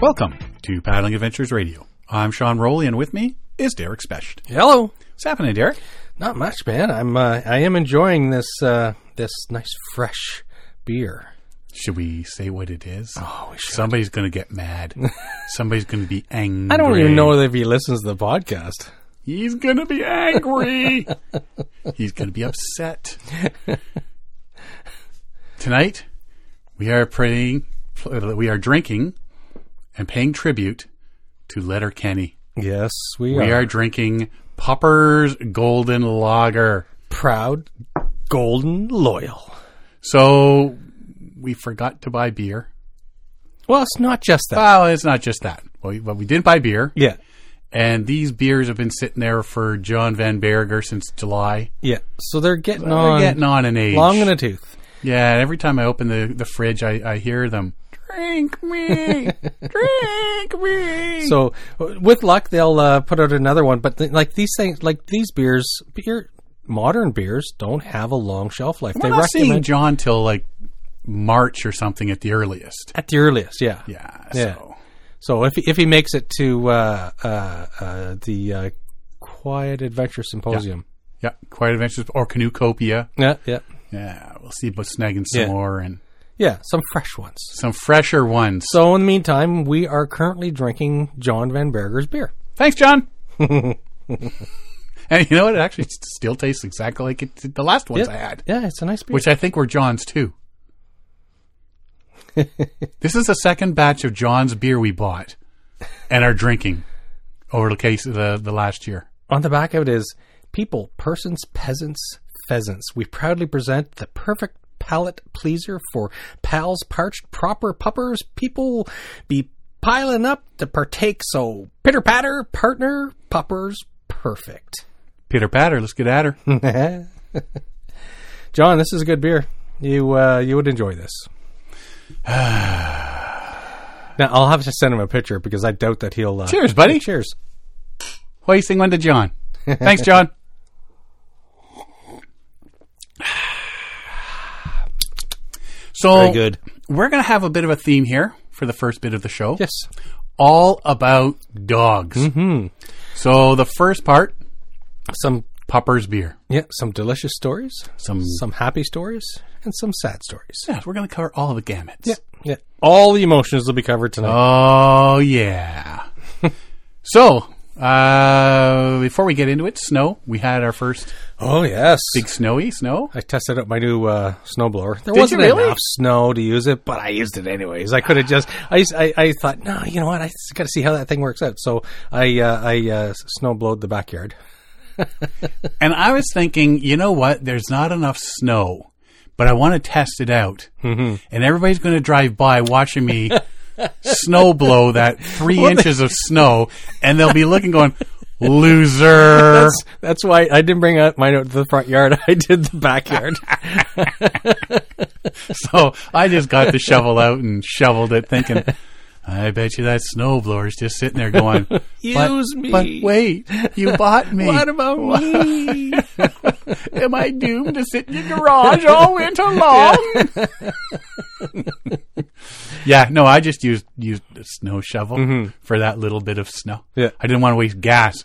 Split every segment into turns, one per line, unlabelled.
Welcome to Paddling Adventures Radio. I'm Sean Rowley, and with me is Derek Specht.
Hello.
What's happening, Derek?
Not much, man. I'm uh, I am enjoying this uh, this nice fresh beer.
Should we say what it is?
Oh, we should.
Somebody's going to get mad. Somebody's going to be angry.
I don't even know if he listens to the podcast.
He's going to be angry. He's going to be upset. Tonight, we are praying, we are drinking and paying tribute to Letter Kenny.
Yes, we,
We are drinking Popper's Golden Lager.
proud, golden, loyal.
So we forgot to buy beer.
Well, it's not just that.
Well, it's not just that. Well, we- but we did buy beer,
yeah,
and these beers have been sitting there for John Van Berger since July.
yeah. So they're getting
They're
on
getting on in age.
long in the tooth.
yeah, and every time I open the, the fridge, I, I hear them. Drink me, drink me.
So w- with luck, they'll uh, put out another one. But th- like these things, like these beers, beer, modern beers don't have a long shelf life.
we're
they
not seeing
recommend
John till like March or something at the earliest.
at the earliest. Yeah,
Yeah.
Yeah.
So.
So if if he makes it to uh, uh, uh, the uh, Quiet Adventure Symposium,
Yeah, Quiet Adventures or Canoecopia.
yeah, yeah,
Yeah, we'll see about snagging some
Yeah.
more and
yeah, some fresh ones.
some fresher ones.
So in the meantime, we are currently drinking John Van Berger's beer.
Thanks, John. and you know what? It actually s- still tastes exactly like it did the last ones I had,
Yeah, it's a nice beer.
which I think were John's too. this is the second batch of John's beer we bought and are drinking over the case of the, the last year.
On the back of it is people, persons, peasants, pheasants. We proudly present the perfect palate pleaser for pals, parched, proper puppers. People be piling up to partake. So pitter patter, partner, puppers, perfect.
Peter Patter, let's get at her.
John, this is a good beer. You uh, you would enjoy this. now I'll have to send him a picture because I doubt that he'll. Uh,
Cheers, buddy.
Cheers.
Hoisting one to John. Thanks, John. So
Very good.
we're going to have a bit of a theme here for the first bit of the show.
Yes.
all about dogs. Mm-hmm. So the first part,
Some
Popper's beer.
yeah, some delicious stories,
Some
some happy stories, and some sad stories.
yeah, we're going to cover all of the gamuts.
Yeah, yeah. All the emotions will be covered tonight.
Oh yeah. so uh, before we get into it, snow. We had our first
oh yes.
big snowy snow.
I tested out my new uh, snowblower. There
you
wasn't
really?
enough snow to use it, but I used it anyways. I could have just. I, used- I I thought, no, you know what? I got to see how that thing works out. So I uh, I uh, snowblowed the backyard.
And I was thinking, you know what? There's not enough snow, but I want to test it out. Mm-hmm. And everybody's going to drive by watching me snow blow that three inches of snow, and they'll be looking, going, "Loser."
That's, that's why I didn't bring out my note to the front yard. I did the backyard.
So Oh, I just got the shovel out and shoveled it, thinking, I bet you that snowblower's just sitting there going, "But-
Use me.
But wait, you bought me.
what about me?
Am I doomed to sit in your garage all winter long? yeah, no, I just used used a snow shovel for that little bit of snow.
Mm-hmm. Yeah.
I didn't want to waste gas.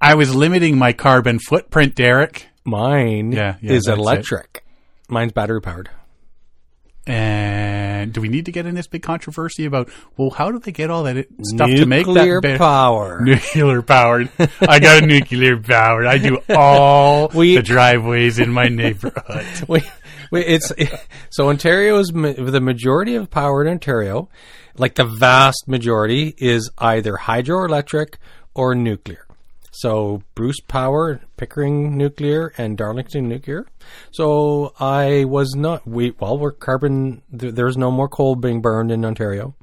I was limiting my carbon footprint, Derek.
Mine
Yeah, yeah,
is
that's it.
electric. Mine's battery powered.
And do we need to get in this big controversy about well, how do they get all that stuff to make
Nuclear
that ba-
power.
nuclear powered? I got a nuclear powered. I do all
We-
the driveways in my neighborhood.
we, we, it's so Ontario is ma- the majority of power in Ontario, like the vast majority is either hydroelectric or nuclear. So Bruce Power, Pickering Nuclear, and Darlington Nuclear. So I was not. We well, we're carbon. There, there's no more coal being burned in Ontario,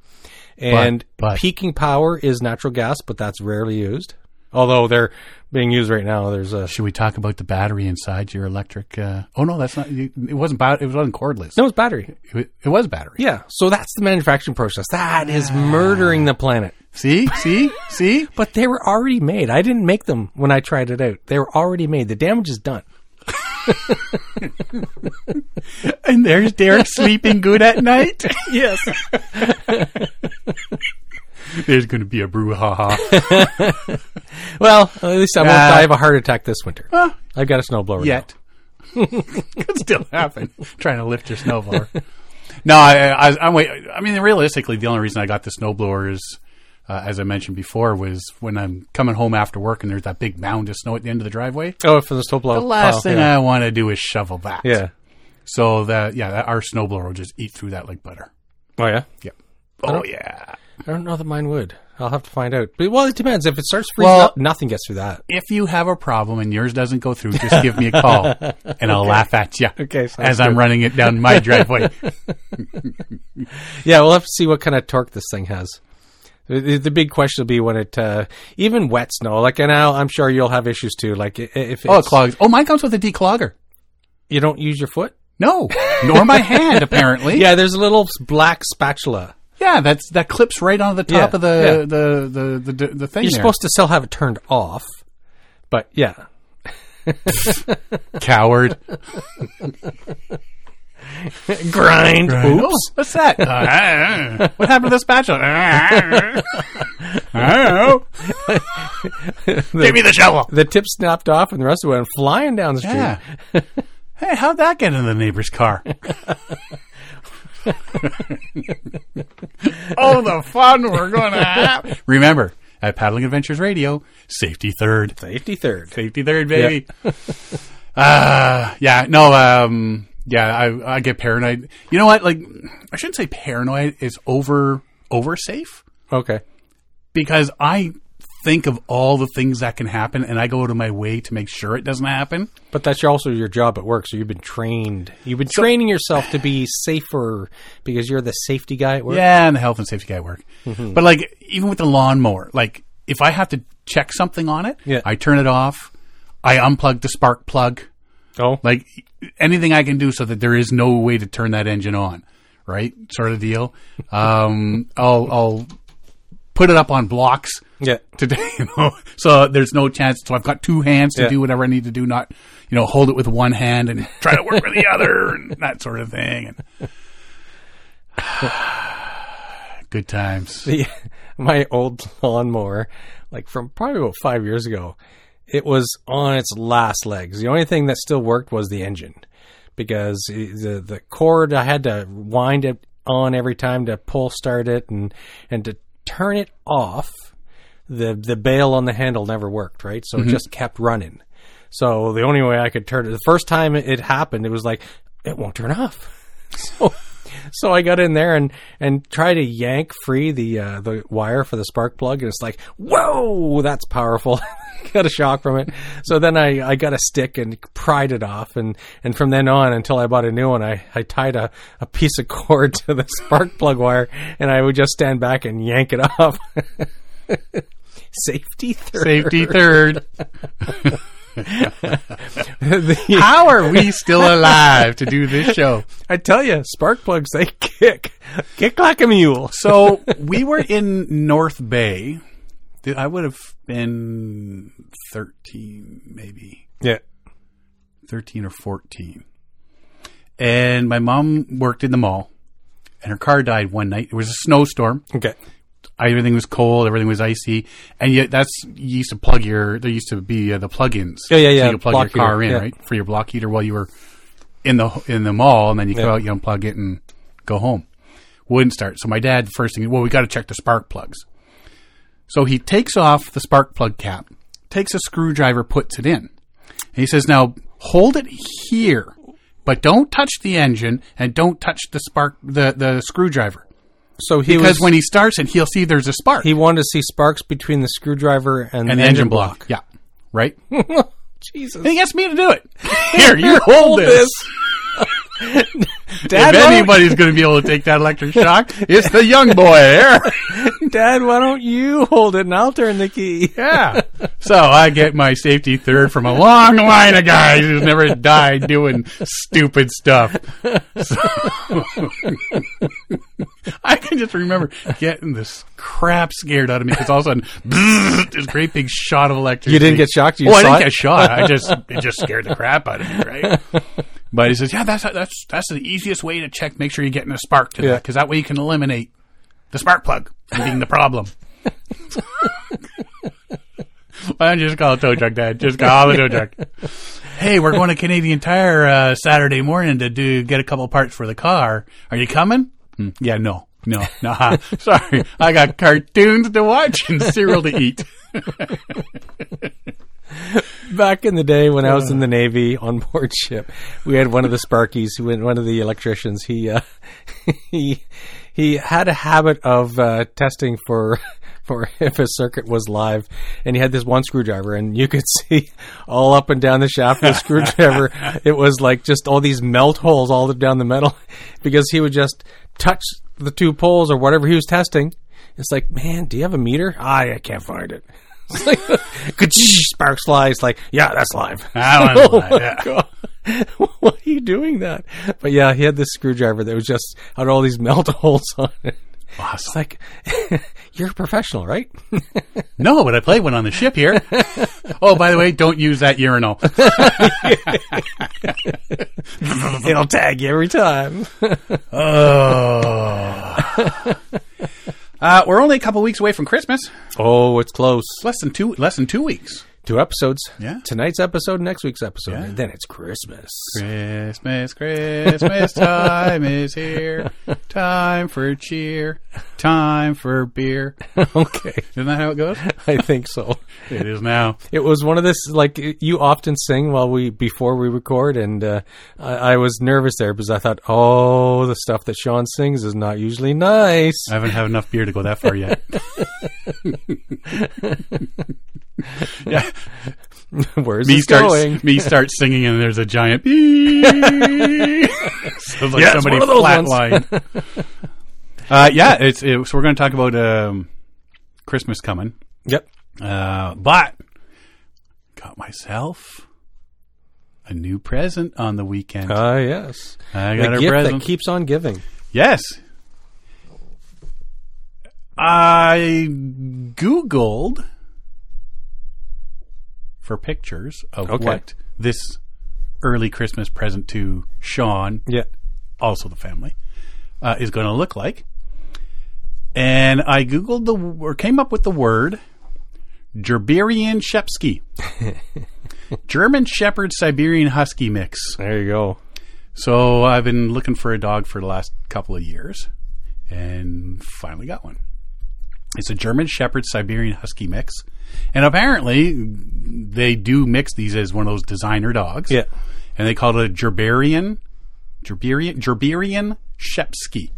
and
but-
peaking power is natural gas, but that's rarely used. Although they're being used right now. There's a
Should we talk about the battery inside your electric? Uh, oh no, that's not. you- It wasn't. Bat- it wasn't cordless.
no, it's battery.
It, wa- it was battery.
Yeah, so that's the manufacturing process. That is murdering the planet.
See, see, see.
But they were already made. I didn't make them when I tried it out. They were already made. The damage is done.
And there's Derek sleeping good at night.
Yes.
There's going to be a brouhaha.
Well, at least I won't
Uh,
die of a heart attack this winter. I've got a snowblower. now.
Yet. Could still happen. Trying to lift your snowblower. no, I, I, I'm wait. I mean, realistically, the only reason I got the snowblower is, uh, as I mentioned before, was when I'm coming home after work and there's that big mound of snow at the end of the driveway.
Oh, for the snowblower.
The last
Oh,
thing
yeah.
I want to do is shovel that.
yeah.
So that yeah, that, our snowblower will just eat through that like butter.
Oh yeah.
Yep. Oh yeah.
I don't know that mine would. I'll have to find out. But well, it depends. If it starts freezing
Well-
up, nothing gets through that.
If you have a problem and yours doesn't go through, just give me a call and I'll laugh at you
Okay, sounds
as I'm running it down my driveway.
Yeah, we'll have to see what kind of torque this thing has. The, the- the big question will be when it, uh, even wet snow, like, and I'll, I'm sure you'll have issues too. Like, i- if it's,
oh, it clogs. Oh, mine comes with a declogger.
you don't use your foot.
No, nor my hand. Apparently,
Yeah, there's a little s- black spatula.
yeah. That's that clips right onto the top
Yeah,
of the,
yeah.
the, the the the thing.
You're
there.
supposed to still have it turned off, but yeah,
coward.
grind.
Oh,
Oops.
what's that? Uh, what happened to the spatula? I don't know. Give me the shovel.
The tip snapped off, and the rest of it went flying down the street.
Yeah. Hey, how'd that get in the neighbor's car? oh, the fun we're going to have. Remember, at Paddling Adventures Radio, safety third.
Safety third.
Safety third, baby. uh, yeah, no, um, yeah, I, I get paranoid. You know what? Like, I shouldn't say paranoid is over, over safe
Okay.
because I think of all the things that can happen and I go out of my way to make sure it doesn't happen.
But that's your- also your job at work, so you've been trained. You've been training yourself to be safer because you're the safety guy at work.
Yeah, and the health and safety guy at work. But like, even with the lawnmower, like if I have to check something on it,
Yeah.
I turn it off. I unplug the spark plug.
Oh,
Like anything I can do so that there is no way to turn that engine on, right? Sort of deal. Um, I'll, I'll put it up on blocks
yeah.
today, you know, so there's no chance. So I've got two hands to
Yeah.
do whatever I need to do, not, you know, hold it with one hand and try to work with the other and that sort of thing. And good times.
the my old lawnmower, like from probably about five years ago, it was on its last legs. The only thing that still worked was the engine, because it- the the cord I had to wind it on every time to pull start it and and to turn it off. The the bail on the handle never worked, right? So it just kept running. So the only way I could turn it, the first time it happened, it was like it won't turn off. So, so I got in there and and try to yank free the uh, the wire for the spark plug, and it's like, whoa, that's powerful. got a shock from it. So then I, I got a stick and pried it off, and, and from then on until I bought a new one, I, I tied a, a piece of cord to the spark plug wire, and I would just stand back and yank it off. Safety third.
Safety third.
The-
How are we still alive to do this show?
I tell you, spark plugs they kick, kick like a mule.
So we were in North Bay. Th- I would have been 13, maybe
Yeah.
13 or 14. And my mom worked in the mall, and her car died one night. It was a snowstorm.
Okay.
Everything was cold. Everything was icy. And yet, that's you used to plug your. There used to be uh, the plugins.
Yeah, yeah, yeah.
So you could plug
Block
your car
heater,
in
yeah.
right for your block heater while you were in the in the mall, and then you go out, you unplug it, and go home. Wouldn't start. So my dad, the first thing, well, we got to check the spark plugs. So he takes off the spark plug cap, takes a screwdriver, puts it in. And he says, "Now hold it here, but don't touch the engine and don't touch the spark the the screwdriver."
So he
Because
was,
when he starts it, he'll see there's a spark
He wanted to see sparks between the screwdriver and,
and
the engine block.
Yeah. Right? and
Jesus.
he gets me to do it. Here, you hold this.
Dad,
if
why don't-
anybody's going to be able to take that electric shock, it's the young boy here.
Dad, why don't you hold it and I'll turn the key?
yeah. So I get my safety third from a long line of guys who's never died doing stupid stuff. So- I can just remember getting this crap scared out of me because all of a sudden, this great big shot of electricity.
You didn't get shocked? You
oh, I
saw
didn't
it?
get shot. I just it just scared the crap out of me, right? But he says, "Yeah, that's that's that's the easiest way to check. Make sure you're getting a spark to
Yeah.
that, because that way you can eliminate the spark plug from being the problem." Why don't you just call it tow truck, Dad? Just call it tow truck. Hey, we're going to Canadian Tire uh, Saturday morning to do get a couple parts for the car. Are you coming? "Hmm, yeah, no, no, nah. Sorry, I got cartoons to watch and cereal to eat.
Back in the day when I was in the Navy on board ship, we had one of the Sparkies, who one of the electricians. He uh, he he had a habit of uh, testing for for if a circuit was live, and he had this one screwdriver, and you could see all up and down the shaft of the screwdriver. It was like just all these melt holes all down the metal, because he would just touch the two poles or whatever he was testing. It's like, man, do you have a meter? I, I can't find it. It's like, ka-chish, sparks fly. It's like, yeah, that's live.
I don't know. Uh, Yeah.
Oh Why are you doing that? But yeah, he had this screwdriver that was just had all these melt holes on it. It's
Awesome.
like, you're a professional, right?
No, but I played one on the ship here. oh, by the way, don't use that urinal. Mm-hmm.
It'll tag you every time.
Oh. Uh, we're only a couple weeks away from Christmas.
Oh, it's close.
Less than two. Less than two weeks.
Two episodes.
Yeah.
Tonight's episode, next week's episode, and then it's Christmas.
Christmas, Christmas time is here. Time for cheer. Time for beer.
okay,
Isn't that how it goes?
I think so.
It is now.
It was one of this like you often sing while we before we record, and uh, I, I was nervous there because I thought, oh, the stuff that Sean sings is not usually nice.
I haven't had enough beer to go that far yet. yeah,
Where's
me
this
starts
going?
me starts singing and there's a giant beep. Sounds like
Yeah, it's
somebody
one of those ones.
flatlined. uh, yeah, it's, it, so we're going to talk about um, Christmas coming,
Yep.
uh, but got myself a new present on the weekend.
Ah, yes.
I
The
got a
gift
present.
that keeps on giving.
yes. I Googled for pictures of
Okay.
what this early Christmas present to Sean,
Yeah.
also the family, uh, is going to look like. And I Googled the, or came up with the word Gerberian Shepsky. German Shepherd Siberian Husky mix.
There you go.
So I've been looking for a dog for the last couple of years and finally got one. It's a German Shepherd Siberian Husky mix. And apparently they do mix these as one of those designer dogs.
Yeah.
And they call it a Gerberian Gerberian Gerberian Shepsky.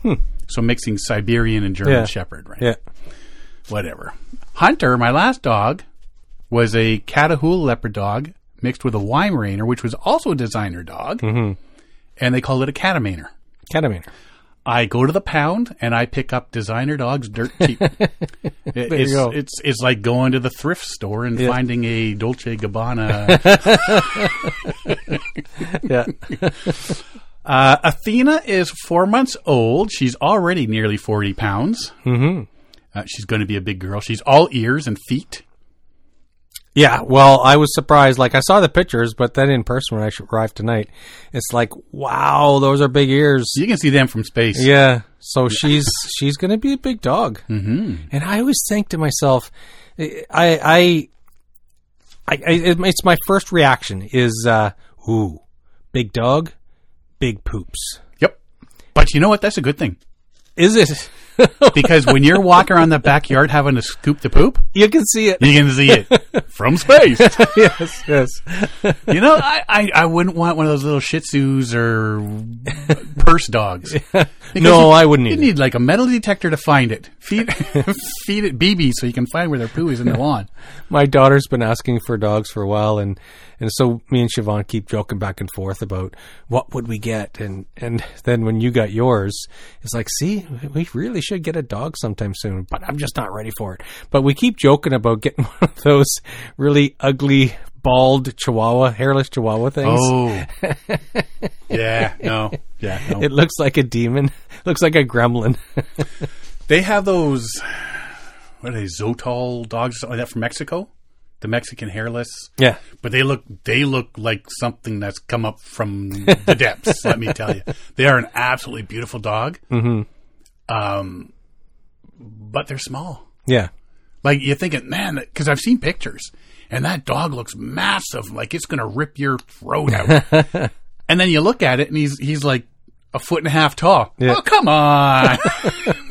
So mixing Siberian and German
Hmm. Yeah.
Shepherd, right?
Yeah.
Whatever. Hunter, my last dog, was a Catahoula leopard dog mixed with a Weimaraner, which was also a designer dog.
Mm-hmm.
And they called it a Catamaner.
Cataminer.
I go to the pound and I pick up designer dogs dirt cheap. it's,
go.
it's it's like going to the thrift store and finding a Dolce Gabbana.
Yeah.
uh, Athena is four months old. She's already nearly forty pounds. Mm-hmm. Uh, she's going to be a big girl. She's all ears and feet.
yeah. Well, I was surprised. Like, I saw the pictures, but then in person when I arrived tonight, it's like, wow, those are big ears.
You can see them from space.
Yeah. So she's she's gonna be a big dog. Mm-hmm. And I always think to myself, I I, I, I it- it's my first reaction is, uh, ooh, big dog, big poops.
Yep. But you know what? That's a good thing
Is it?
because when you're walking around the backyard having to scoop the poop,
you can see it.
you can see it from space.
yes. Yes.
You know, I, I, I wouldn't want one of those little Shih Tzus or purse dogs. Because
No,
you,
I wouldn't
You
either.
need like a metal detector to find it. Feed feed it BB so you can find where their poo is in the lawn.
my daughter's been asking for dogs for a while and and so me and Siobhan keep joking back and forth about what would we get and and then when you got yours it's like see we really should get a dog sometime soon but I'm just not ready for it but we keep joking about getting one of those really ugly bald chihuahua hairless chihuahua things
Oh, yeah, no, yeah. No.
it looks like a demon looks like a gremlin
they have those. What are they? Zotol dogs? Something like that from Mexico. The Mexican hairless.
yeah
But they look they look like something that's come up from the depths. let me tell you, they are an absolutely beautiful dog. Mm-hmm. Um, but they're small.
yeah
Like you're thinking, man, because I've seen pictures, and that dog looks massive, like it's gonna rip your throat out. and then you look at it, and he's he's like a foot and a half tall. Oh come on!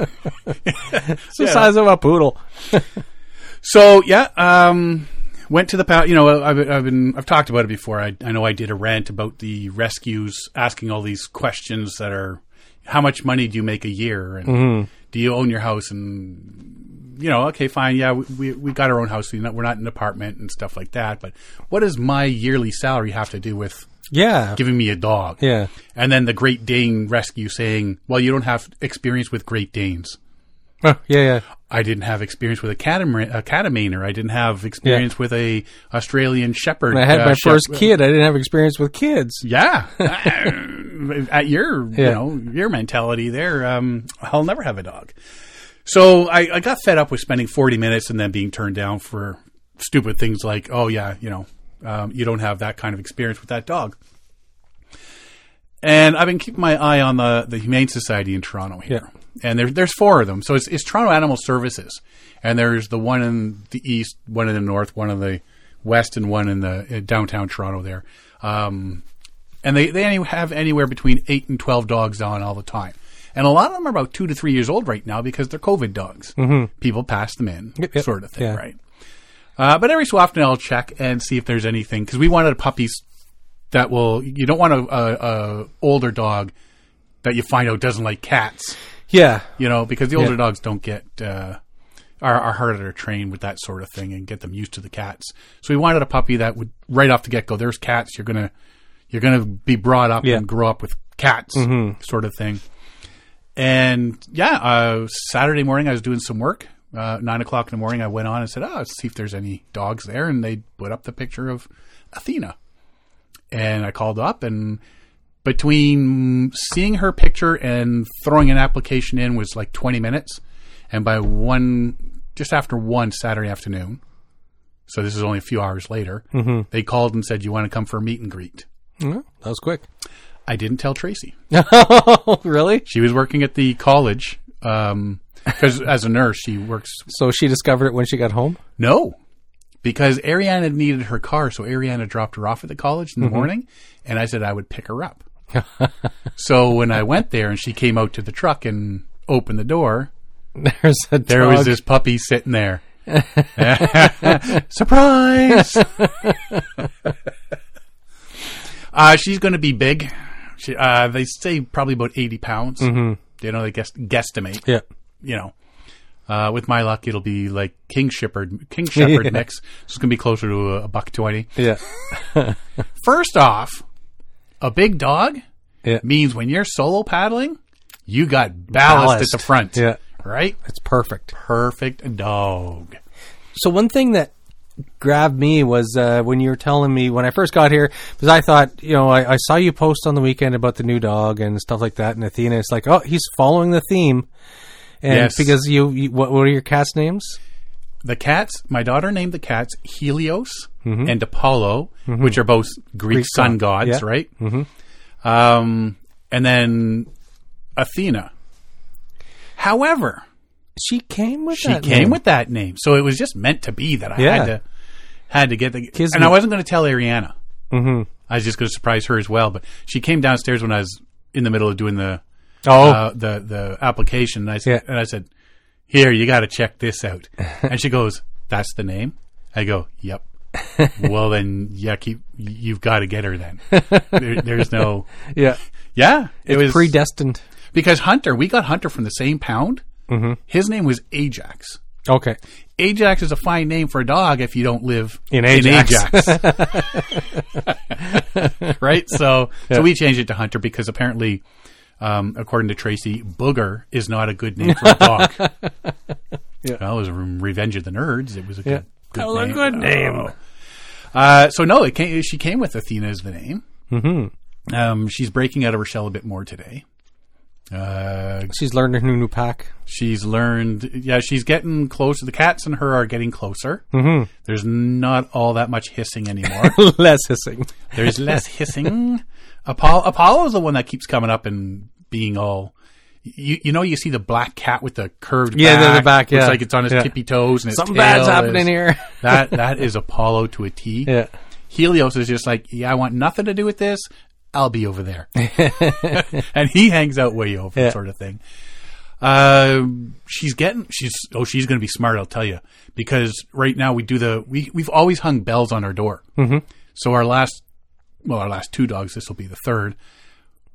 It's the size of a poodle.
so yeah, um, went to the pound. You know, I've, I've been I've talked about it before. I, I know I did a rant about the rescues asking all these questions that are, how much money do you make a year, and do you own your house, and you know, okay, fine, yeah, we we, we got our own house. We're not, we're not in an apartment and stuff like that. But what does my yearly salary have to do with
Yeah.
giving me a dog?
yeah.
And then the Great Dane rescue saying, well, you don't have experience with Great Danes.
Oh, yeah, yeah.
I didn't have experience with a catamaran, a catamaner. I didn't have experience with a Australian shepherd.
When I had
uh,
my
shep-
first kid, I didn't have experience with kids.
Yeah, at your you know your mentality there, um, I'll never have a dog. So I, I got fed up with spending forty minutes and then being turned down for stupid things like, oh yeah, you know, um, you don't have that kind of experience with that dog. And I've been keeping my eye on the the Humane Society in Toronto here, and there, there's four of them. So it's, it's Toronto Animal Services, and there's the one in the east, one in the north, one in the west, and one in the in downtown Toronto there. Um, and they they any- have anywhere between eight and twelve dogs on all the time. And a lot of them are about two to three years old right now because they're COVID dogs. Mm-hmm. People pass them in,
Yep, yep.
sort of thing,
Yeah.
right? Uh, but every so often I'll check and see if there's anything because we wanted puppies that will. You don't want a, a, a older dog that you find out doesn't like cats,
Yeah.
you know, because the older dogs don't get uh, are, are harder to train with that sort of thing and get them used to the cats. So we wanted a puppy that would right off the get go. There's cats. You're gonna you're gonna be brought up
Yeah. Mm-hmm.
and grow up with cats, sort of thing. And yeah, uh, Saturday morning I was doing some work. Uh, nine o'clock in the morning, I went on and said, "Oh, let's see if there's any dogs there." And they put up the picture of Athena, and I called up, and between seeing her picture and throwing an application in was like twenty minutes. And by one, just after one Saturday afternoon, so this is only a few hours later, they called and said, "You want to come for a meet and greet?"
Mm, That was quick.
I didn't tell Tracy.
really?
She was working at the college because as a nurse, she works.
So she discovered it when she got home?
No, because Ariana needed her car, so Ariana dropped her off at the college in the morning, and I said I would pick her up. so when I went there and she came out to the truck and opened the door,
There's a dog.
there was this puppy sitting there. Surprise! uh, she's going to be big. She, uh, they say probably about 80 pounds. You know, they guess, guesstimate
yeah.
you know, uh, with my luck, it'll be like King Shepherd, King Shepherd
Yeah.
mix. It's going to be closer to a, a buck twenty.
Yeah.
First off, a big dog
Yeah.
means when you're solo paddling, you got ballast,
Ballast.
at the front.
Yeah.
Right?
It's perfect.
Perfect dog.
So one thing that grabbed me was uh, when you were telling me when I first got here, because I thought, you know, I, I saw you post on the weekend about the new dog and stuff like that, and Athena. It's like, oh, he's following the theme, and
Yes.
because you, you what, what are your cat's names?
The cats, my daughter named the cats Helios
Mm-hmm.
and Apollo, which are both Greek, sun gods,
yeah. Mm-hmm.
right? Um, and then Athena. However,
She came with
she came Uh, with that name. So it was just meant to be that I
Yeah.
had to had to get the
Kismet.
and I wasn't going to tell Ariana. Mm-hmm. I was just going to surprise her as well. But she came downstairs when I was in the middle of doing the
oh
uh, the the application, and I said,
Yeah.
and I said, "Here, you got to check this out." and she goes, "That's the name." I go, "Yep." well, then, yeah, keep. You've got to get her then. There, there's no,
yeah,
yeah. It was
predestined.
because Hunter. We got Hunter from the same pound. Mm-hmm. His name was Ajax.
Okay,
Ajax is a fine name for a dog if you don't live
In Ajax.
Ajax. right? So, so we changed it to Hunter because apparently, um, according to Tracy, Booger is not a good name for a dog.
Yeah.
Well, it was from Revenge of the Nerds. It was a
Yeah.
good, good
That was a
name.
good name.
Oh. Uh, so no, it came, she came with Athena as the name. Mm-hmm. Um, she's breaking out of her shell a bit more today. Uh,
she's learning her new pack.
She's learned, yeah, she's getting closer. The cats and her are getting closer. Mm-hmm. There's not all that much hissing anymore.
Less hissing.
There's less hissing. Apollo, Apollo's the one that keeps coming up and being all. You, you know you see the black cat with the curved
Yeah,
back,
the- the back,
looks
yeah.
like it's on his
Yeah.
tippy toes and its
Something bad's
tail
happening
is-
here.
that that is Apollo to a T.
Yeah.
Helios is just like, yeah, I want nothing to do with this. I'll be over there, and he hangs out way over,
Yeah.
sort of thing. Um, she's getting, she's oh, she's going to be smart. I'll tell you, because right now we do the we we've always hung bells on our door. Mm-hmm. So our last, well, our last two dogs. This will be the third.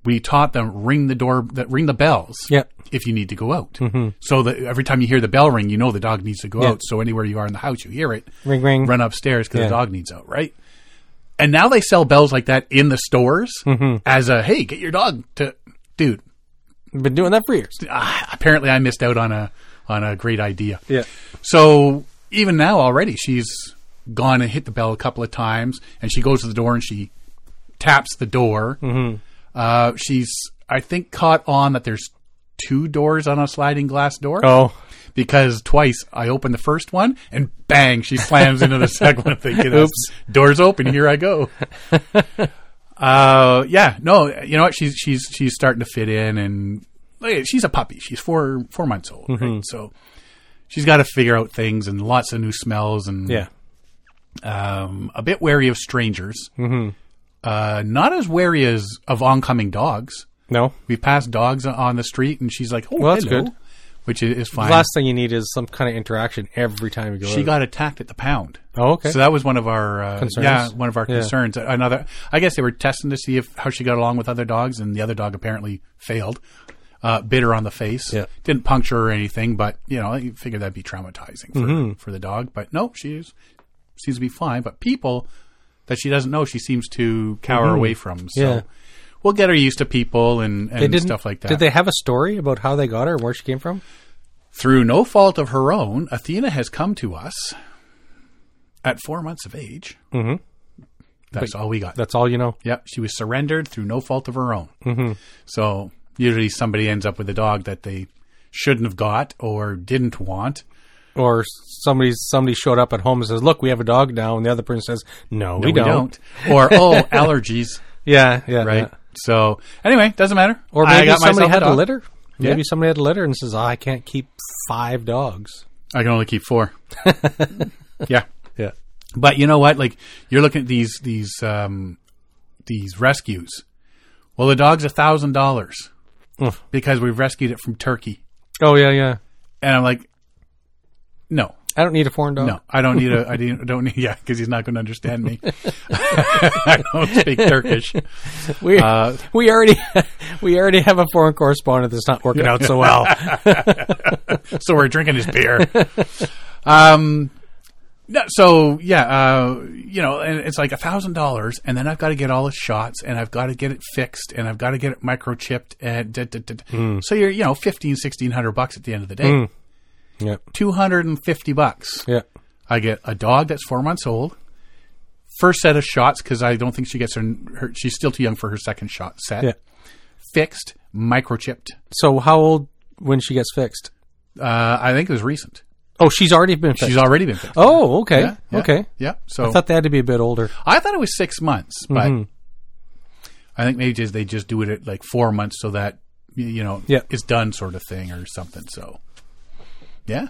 We taught them ring the door, that ring the bells
Yep.
if you need to go out. So that every time you hear the bell ring, you know the dog needs to go
Mm-hmm. Yeah.
out. So anywhere you are in the house, you hear it.
Ring, ring.
Run upstairs because
Yeah.
the dog needs out, right? And now they sell bells like that in the stores as a hey, get your dog to dude.
Been doing that for years.
Ah, apparently, I missed out on a on a great idea.
Yeah.
So even now, already she's gone and hit the bell a couple of times, and she goes to the door and she taps the door. Uh, she's I think caught on that there's two doors on a sliding glass door
Oh.
because twice I open the first one and bang, she slams into the second one thinking,
Oops.
doors open, here I go. uh, yeah, no, you know what? She's she's she's starting to fit in, and like, she's a puppy. She's four four months old,
Mm-hmm.
right? So she's got to figure out things and lots of new smells and
Yeah.
um, a bit wary of strangers.
Mm-hmm.
Uh, not as wary as of oncoming dogs.
No.
We passed dogs on the street, and she's like, "Oh,
Well, that's
hello,"
good.
which is, is fine.
The last thing you need is some kind of interaction every time you go.
she
out.
got attacked at the pound.
Oh, okay.
So that was one of our uh,
Concerns?
yeah one of our
Yeah.
concerns. Another, I guess they were testing to see if how she got along with other dogs, and the other dog apparently failed. Uh, bit her on the face.
Yeah.
Didn't puncture her or anything, but you know, you figured that'd be traumatizing for
Mm-hmm.
for the dog. But no, she's seems to be fine. But people that she doesn't know, she seems to cower away from. So
Mm-hmm. Yeah.
we'll get her used to people and,
They
and
didn't-
stuff like that.
Did they have a story about how they got her and where she came from?
Through no fault of her own, Athena has come to us at four months of age. Mm-hmm. That's all we got.
That's all you know.
Yep, she was surrendered through no fault of her own. Mm-hmm. So usually somebody ends up with a dog that they shouldn't have got or didn't want.
Or somebody somebody showed up at home and says, "Look, we have a dog now," and the other person says, "No,
No, Or oh, allergies,
Yeah, yeah,
right?
yeah.
So anyway, doesn't matter.
Or
I
maybe
got
somebody
myself
had a,
dog.
litter.
Yeah.
Maybe somebody had a litter and says, "Ah, "I can't keep five dogs."
I can only keep four. yeah.
Yeah,
But you know what? Like you're looking at these these um, these rescues. Well, the dog's a thousand dollars
Oof.
because we rescued it from Turkey,
Oh yeah, yeah.
and I'm like, no,
I don't need a foreign dog.
no, I don't need a, I didn't- don't need, yeah, because he's not going to understand me. I don't speak Turkish.
We
Uh,
we already we already have a foreign correspondent that's not working out so well.
so we're drinking his beer. Um, no, so yeah, uh, you know, and it's like a thousand dollars, and then I've got to get all the shots, and I've got to get it fixed, and I've got to get it microchipped, and da, da, da, da.
Hmm.
so you're you know fifteen, sixteen hundred bucks at the end of the day,
yeah,
two hundred and fifty bucks.
yeah.
I get a dog that's four months old. First set of shots because I don't think she gets her, her. She's still too young for her second shot set.
Yeah.
Fixed, microchipped.
So how old when she gets fixed?
Uh, I think it was recent.
Oh, she's already been fixed.
She's already been fixed.
oh, okay,
Yeah, yeah,
okay.
Yeah. So
I thought they had to be a bit older.
I thought it was six months, but
Mm-hmm.
I think maybe just, they just do it at like four months so that y- you know
Yeah.
it's done sort of thing or something. So yeah,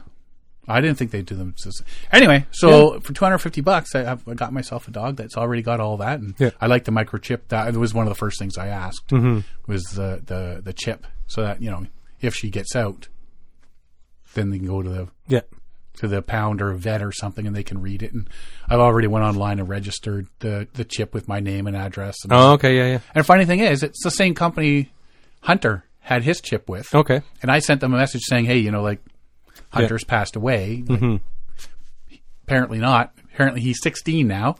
I didn't think they do them. so- Anyway, so for two hundred fifty bucks, I, I've- I got myself a dog that's already got all that, and
Yeah. Mm-hmm.
I like the microchip. That it was one of the first things I asked was the, the the chip, so that you know if she gets out, then they can go to the
Yeah.
to the pound or vet or something and they can read it and I've already went online and registered the the chip with my name and address and,
Oh, okay. Yeah, yeah.
and funny thing is it's the same company Hunter had his chip with
Okay.
and I sent them a message saying hey you know like Hunter's passed away Like, apparently not apparently he's 16 now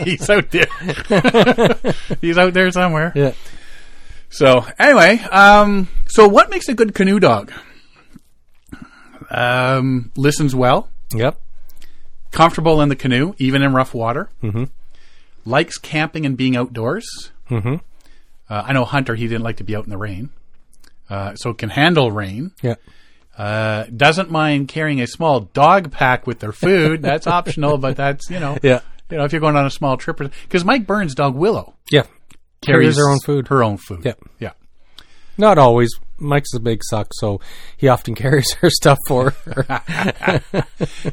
he's out there he's out there somewhere
Yeah.
so anyway, um, so what makes a good canoe dog? Um, listens well,
Yep.
comfortable in the canoe, even in rough water. Mm-hmm. Likes camping and being outdoors. Mm-hmm. Uh, I know Hunter; he didn't like to be out in the rain, uh, so can handle rain.
Yeah.
Uh, doesn't mind carrying a small dog pack with their food. That's optional, but that's you know,
Yeah.
you know, if you're going on a small trip, because Mike Burns' dog Willow
Yeah.
carries
her own food.
Her own food.
Yep.
Yeah.
Not always, Mike's a big suck, so he often carries her stuff for her.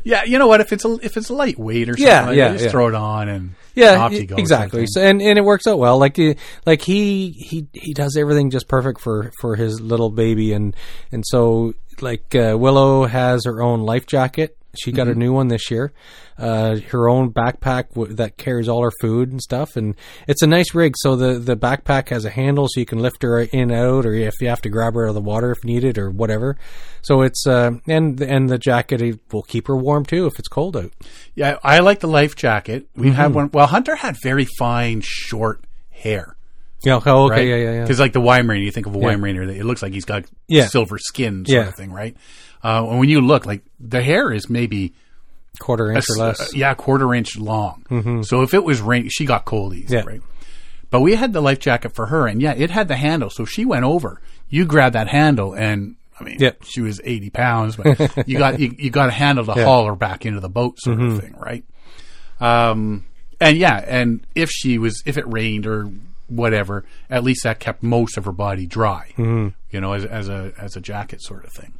Yeah, you know what? If it's a, if it's lightweight or something,
Yeah,
like
yeah,
that, just
yeah.
throw it on and
yeah,
off
e-
you go or
exactly.
something.
So, and and it works out well. Like the like he he he does everything just perfect for for his little baby, and and so like uh, Willow has her own life jacket. She got a new one this year. Uh, her own backpack w- that carries all her food and stuff, and it's a nice rig. So the the backpack has a handle, so you can lift her in out, or if you have to grab her out of the water if needed, or whatever. So it's uh, and and the jacket it will keep her warm too if it's cold out.
Yeah, I like the life jacket. We
Mm-hmm.
had one. Well, Hunter had very fine short hair.
Yeah. Oh, okay.
Right?
Yeah. Yeah. Yeah.
Because like the Weimaraner, you think of a Weimaraner, that it looks like he's got
Yeah.
silver skin sort
Yeah.
of thing, right? Uh, and when you look, like the hair is maybe
quarter inch or
uh,
less. Mm-hmm.
yeah, quarter inch long. So if it was rain, she got cold easy,
Yeah.
right? But we had the life jacket for her, and yeah, it had the handle. So she went over. You grabbed that handle, and I mean,
Yeah.
she was eighty pounds, but you got you, you got a handle to haul her back into the boat, sort
Mm-hmm.
of thing, right? Um, and yeah, and if she was if it rained or whatever, at least that kept most of her body dry.
Mm-hmm.
You know, as, as a as a jacket sort of thing.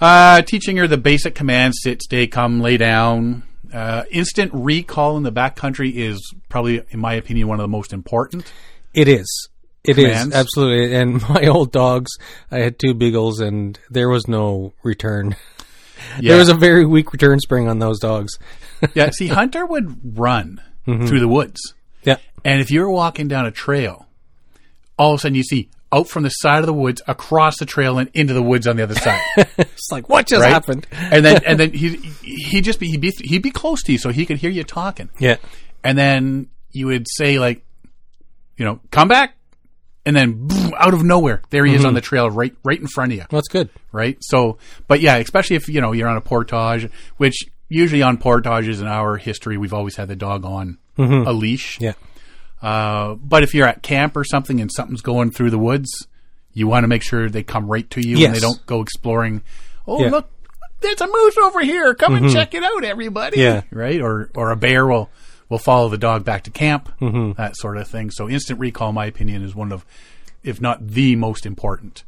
Uh, teaching her the basic commands: sit, stay, come, lay down. Uh, instant recall in the backcountry is probably, in my opinion, one of the most important.
It is. It is
Commands.
absolutely. And my old dogs, I had two beagles, and there was no return.
Yeah,
There was a very weak return spring on those dogs.
yeah. See, Hunter would run through the woods,
Yeah,
and if you're walking down a trail, all of a sudden you see out from the side of the woods, across the trail, and into the woods on the other side.
it's like what just
right?
happened.
And then and then he he just be he'd be he'd be close to you, so he could hear you talking.
Yeah,
And then you would say like, you know, come back, and then boom, out of nowhere, there he is
Mm-hmm.
on the trail, right right in front of you,
well, that's good.
right. So, but yeah, especially if you know you're on a portage, which usually on portages in our history, we've always had the dog on a leash.
Mm-hmm. Yeah,
Uh, but if you're at camp or something and something's going through the woods, you want to make sure they come right to you and
Yes.
they don't go exploring. Oh,
Yeah.
look, there's a moose over here. Come and check it out, everybody.
Mm-hmm. Yeah.
Right? Or, or a bear will, will follow the dog back to camp,
Mm-hmm.
that sort of thing. So instant recall, in my opinion, is one of, if not the most important.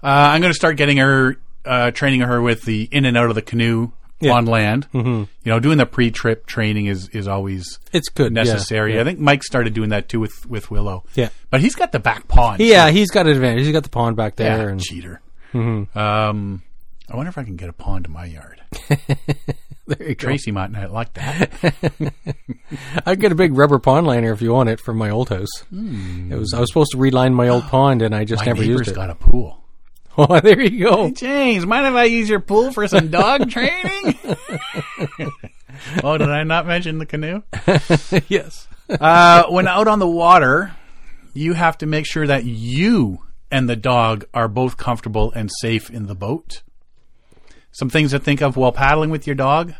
Uh, I'm going to start getting her, uh, training her with the in and out of the canoe on land. Mm-hmm. You know, doing the pre-trip training is, is always
it's good. yeah.
necessary. I think Mike started doing that too with with Willow.
Yeah.
but he's got the back pawn.
Yeah. he's got an advantage. He's got the pond back there,
Yeah,
and Mm-hmm.
cheater. Um, I wonder if I can get a pawn to my yard.
there you go.
Tracy might not like that.
I get a big rubber pond liner if you want it from my old house. It was I was supposed to reline Hmm. my old pond, and I just
My
never
neighbor's
used it.
got a pool.
Oh, there you go.
James, mind if I use your pool for some dog training? oh, did I not mention the canoe?
yes.
Uh, when out on the water, you have to make sure that you and the dog are both comfortable and safe in the boat. Some things to think of while paddling with your dog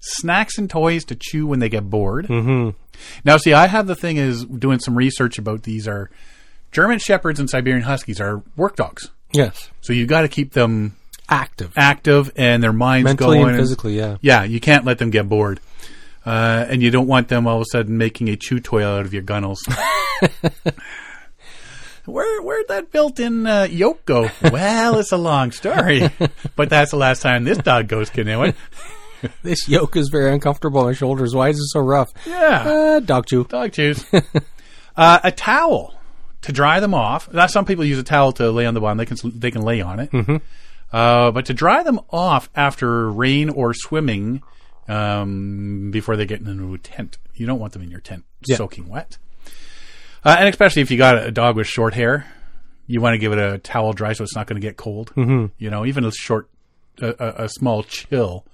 snacks and toys to chew when they get bored. Mm-hmm. Now, see, I have the thing is doing some research about these are German Shepherds and Siberian Huskies are work dogs.
Yes.
So you've got to keep them
Active,
active and their minds
mentally
going.
and
and-
physically. Yeah.
yeah, you can't let them get bored. Uh, and you don't want them all of a sudden making a chew toy out of your gunnels. Where, where'd that built in uh, yoke go? Well, it's a long story. But that's the last time this dog goes canoeing.
This yoke is very uncomfortable on my shoulders. Why is it so rough?
Yeah,
Uh, dog chew.
dog chews. Uh, a towel to dry them off. Now, some people use a towel to lay on the bottom. They can, they can lay on it. Uh, but to dry them off after rain or swimming um, before they get into a tent. You don't want them in your tent soaking wet. Uh, and especially if you got a dog with short hair, you want to give it a towel dry so it's not going to get cold. Mm-hmm. You know, even a short, a, a, a small chill.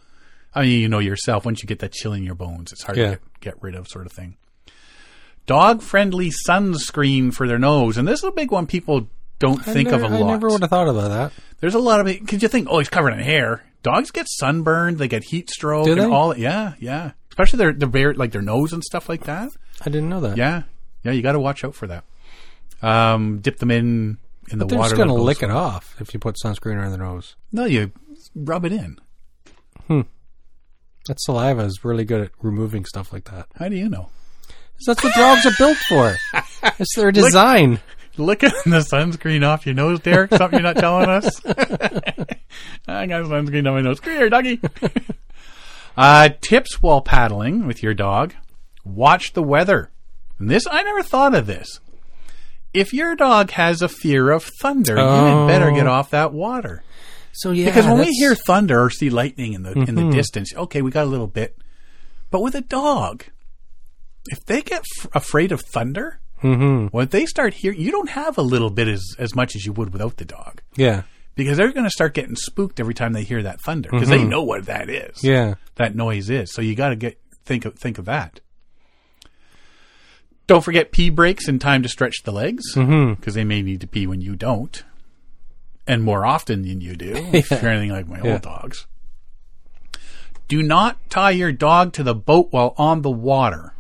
I mean, you know yourself, once you get that chill in your bones, it's hard
Yeah.
to get, get rid of, sort of thing. Dog friendly sunscreen for their nose. And this is a big one people don't think
I never,
of a lot.
I never would have thought about that.
There's a lot of because you think, oh, he's covered in hair. Dogs get sunburned, they get heat stroke,
Do they?
and all. Yeah, yeah. Especially their their bare, like their nose and stuff like that.
I didn't know that.
Yeah, yeah. You got to watch out for that. Um, dip them in in the
They're
water.
just going to
let go
lick
slow.
it off if you put sunscreen on their nose.
No, you rub it in.
That saliva is really good at removing stuff like that.
How do you know?
'Cause That's what dogs are built for. It's their design.
Look at the sunscreen off your nose, Derek. Something you're not telling us. I got sunscreen on my nose. Come here, doggy. uh, tips while paddling with your dog: watch the weather. And this I never thought of this. If your dog has a fear of thunder, you had better get off that water.
So yeah,
Because when we
that's- Mm-hmm.
hear thunder or see lightning in the in the distance, okay, we got a little bit. But with a dog, if they get f- afraid of thunder,
Mm-hmm.
when they start hearing, you don't have a little bit as as much as you would without the dog,
yeah,
because they're going to start getting spooked every time they hear that thunder because they know what that is,
Mm-hmm. yeah,
that noise is. So you got to get think of think of that. Don't forget pee breaks and time to stretch the legs because they may need to pee when you don't, and more often than you do if you're anything like my
Yeah.
old dogs. Do not tie your dog to the boat while on the water.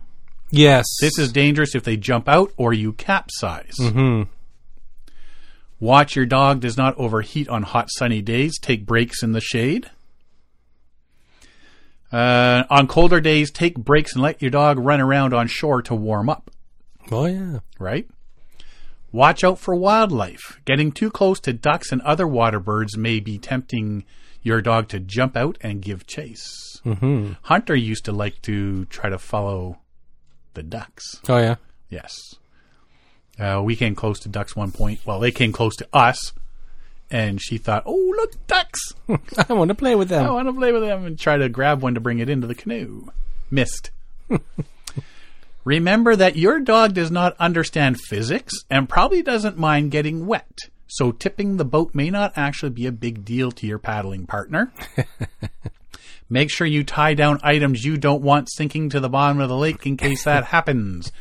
yes.
This is dangerous if they jump out or you capsize. Watch your dog does not overheat on hot, sunny days. Take breaks in the shade. Uh, on colder days, take breaks and let your dog run around on shore to warm up,
oh yeah,
right? Watch out for wildlife. Getting too close to ducks and other water birds may be tempting your dog to jump out and give chase.
mm-hmm.
Hunter used to like to try to follow the ducks.
oh yeah,
Yes. Uh, we came close to ducks one point. Well, they came close to us, and she thought, "Oh, look, ducks!
I want to play with
I
them.
want to play with them and try to grab one to bring it into the canoe." Missed. Remember that your dog does not understand physics and probably doesn't mind getting wet. So tipping the boat may not actually be a big deal to your paddling partner. Make sure you tie down items you don't want sinking to the bottom of the lake in case that happens.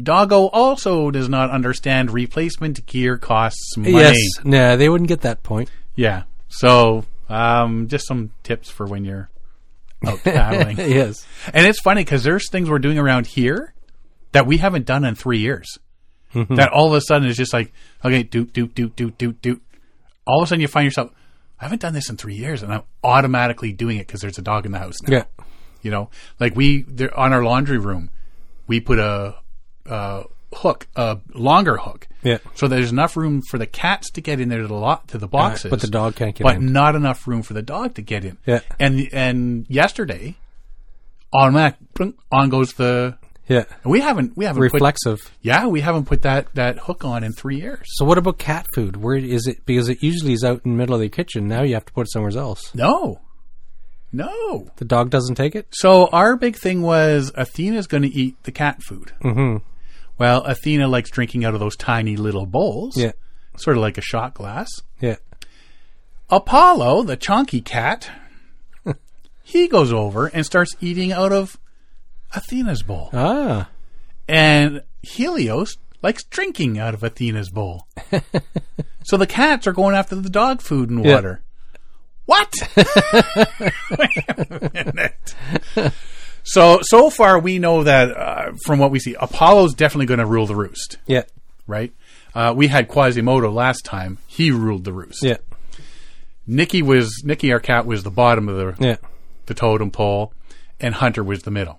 Doggo also does not understand replacement gear costs money.
Yes, nah, they wouldn't get that point.
Yeah. So, um, just some tips for when you're out paddling.
yes,
And it's funny because there's things we're doing around here that we haven't done in three years.
Mm-hmm.
That all of a sudden is just like, okay, doot, doot, doot, doot, doot, doot. All of a sudden you find yourself, I haven't done this in three years, and I'm automatically doing it because there's a dog in the house now.
yeah,
You know, like we there, on our laundry room, we put a, a hook, a longer hook,
yeah.
so there's enough room for the cats to get in there to the lot to the boxes,
But the dog can't get
but
in.
not enough room for the dog to get in.
Yeah.
And and yesterday, automatic plunk, on goes the.
Yeah,
We haven't we haven't put
reflexive.
yeah we haven't put that that hook on in three years.
So what about cat food? Where is it? Because it usually is out in the middle of the kitchen. Now you have to put it somewhere else.
No, no.
The dog doesn't take it.
So our big thing was Athena's going to eat the cat food. Mm-hmm. Well, Athena likes drinking out of those tiny little bowls,
Yeah,
sort of like a shot glass.
yeah.
Apollo, the chonky cat, he goes over and starts eating out of Athena's bowl.
Ah,
And Helios likes drinking out of Athena's bowl. so the cats are going after the dog food and
Yeah.
water. What? Wait a minute. So so far we know that uh, from what we see, Apollo's definitely going to rule the roost,
yeah,
right? Uh, we had Quasimodo last time; he ruled the roost.
yeah,
Nikki was Nikki, our cat, was the bottom of the
yeah.
the totem pole, and Hunter was the middle.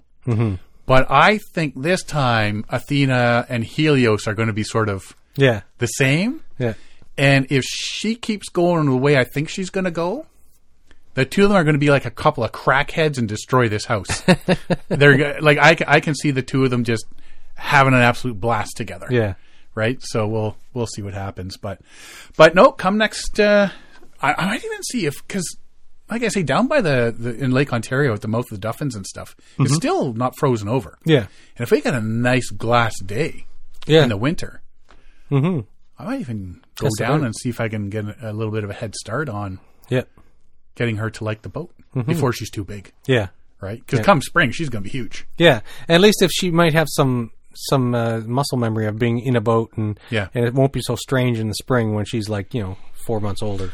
But I think this time Athena and Helios are going to be sort of
Yeah,
the same.
yeah.
And if she keeps going the way I think she's going to go, the two of them are going to be like a couple of crackheads and destroy this house. They're go- like I, ca- I can see the two of them just having an absolute blast together.
Yeah.
Right. So we'll we'll see what happens. But but no, come next. Uh, I, I might even see if because. Like I say, down by the, the in Lake Ontario at the mouth of the Duffins and stuff, it's still not frozen over.
Mm-hmm. Yeah.
And if we get a nice glass day,
Yeah.
in the winter. Mm-hmm. I might even go
That's
down
right.
and see if I can get a little bit of a head start on
Yeah.
getting her to like the boat before she's too big,
Mm-hmm. Yeah.
right? Because come spring, she's going to be huge.
Yeah. At least if she might have some some uh, muscle memory of being in a boat and
Yeah.
and it won't be so strange in the spring when she's like, you know, 4 months older.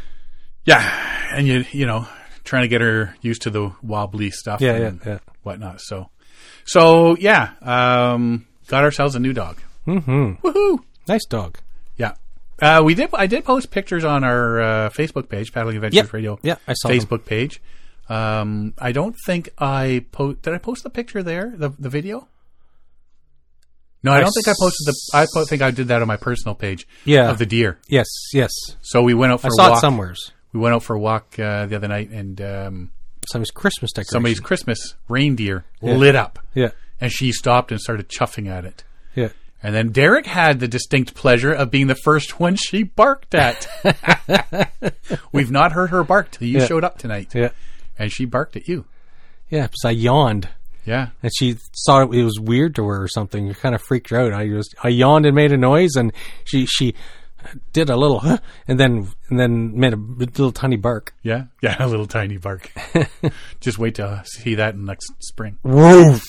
Yeah, and you you know trying to get her used to the wobbly stuff,
Yeah,
and
yeah, yeah.
whatnot. So, so yeah, um, got ourselves a new dog. Mm-hmm. Woohoo!
Nice dog.
Yeah. Uh, we did. I did post pictures on our uh, Facebook page, Paddling Adventures
Yep.
Radio.
Yeah, I saw them.
Facebook page. Um, I don't think I post. Did I post the picture there? The the video? No, I
I
don't think I posted the. I po- think I did that on my personal page.
Yeah.
Of the deer.
Yes, yes.
So we went out for
I
a
saw
walk.
it somewheres.
We went out for a walk uh, the other night, and um,
Somebody's Christmas decoration.
somebody's Christmas reindeer lit up,
Yeah,
and she stopped and started chuffing at it.
yeah.
And then Derek had the distinct pleasure of being the first one she barked at. We've not heard her bark till you
Yeah.
showed up tonight,
Yeah.
and she barked at you.
Yeah, because I yawned.
Yeah.
And she thought it, it was weird to her or something. It kind of freaked her out. I just I yawned and made a noise, and she she did a little, huh, and then and then made a little tiny bark.
Yeah, yeah, a little tiny bark. Just wait to see that in next spring.
Woof.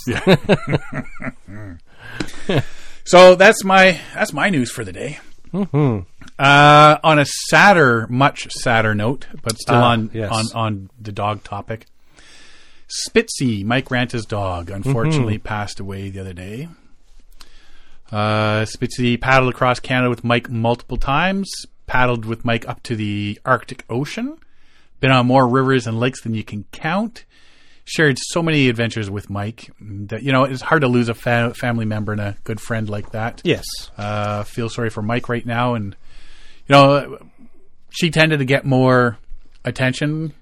So that's my that's my news for the day.
Mm-hmm.
Uh, on a sadder, much sadder note, but still
Ah,
on
yes.
on on the dog topic. Spitzy, Mike Ranta's dog, unfortunately
Mm-hmm.
passed away the other day. Uh, Spitzy paddled across Canada with Mike multiple times. Paddled with Mike up to the Arctic Ocean. Been on more rivers and lakes than you can count. Shared so many adventures with Mike that you know it's hard to lose a fa- family member and a good friend like that
Yes.
uh, feel sorry for Mike right now, and you know she tended to get more attention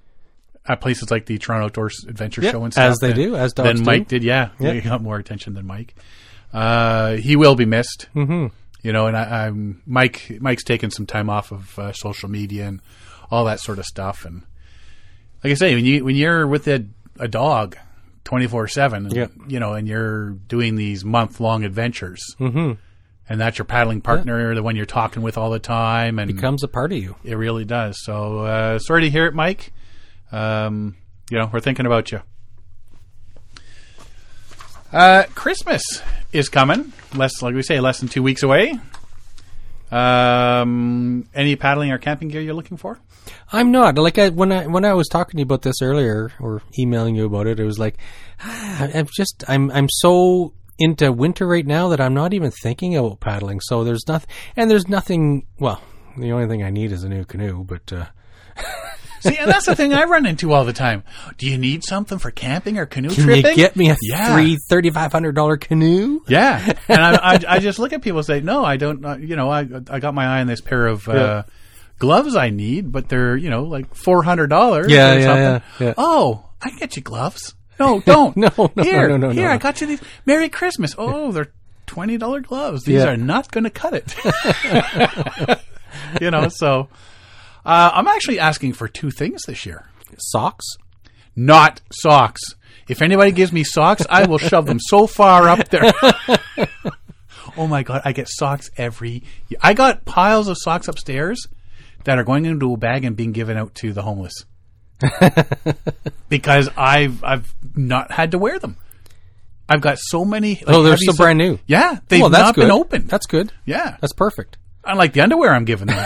at places like the Toronto Outdoors Adventure
Yeah,
Show and stuff.
as they
than-
do, as dogs
than
do.
Mike did. Yeah, he got more attention than Mike. Uh, he will be missed. Mm-hmm. You know, and I, I'm Mike. Mike's taken some time off of uh, social media and all that sort of stuff. And like I say, when you when you're with a, a dog. 24
Yeah.
7 you know and you're doing these month long adventures and that's your paddling partner, the one you're talking with all the time, and
Comes a part of you.
it really does. So uh, sorry to hear it, Mike. Um, you know, we're thinking about you. Uh, Christmas is coming. Less, like we say, less than two weeks away. Um, any paddling or camping gear you're looking for?
I'm not like I, when I when I was talking to you about this earlier or emailing you about it. It was like ah, I'm just I'm I'm so into winter right now that I'm not even thinking about paddling. So there's nothing and there's nothing. Well, the only thing I need is a new canoe, but uh,
See, and that's the thing I run into all the time. Do you need something for camping or canoe
can
tripping?
you get me a
Yeah.
three thirty five hundred dollar canoe?
Yeah, and I, I, I just look at people and say, no, I don't. Uh, you know, I I got my eye on this pair of uh, gloves I need, but they're you know like four hundred dollars.
Yeah,
or
yeah,
something.
yeah, yeah.
Oh, I can get you gloves. No, don't.
No, no, no,
here,
no, no, no,
Here,
no.
I got you these. Merry Christmas. Oh, they're twenty dollar gloves. These
Yeah.
are not going to cut it. you know, so uh, I'm actually asking for two things this year
Socks?
not socks. If anybody gives me socks, I will shove them so far up there. oh my god, I get socks every year. I got piles of socks upstairs that are going into a bag and being given out to the homeless. because I've I've not had to wear them. I've got so many like,
Oh, they're
heavy
still
so-
brand new.
Yeah, they've
well, that's
not
good.
been opened.
That's good.
yeah.
That's perfect.
Unlike the underwear I'm giving them.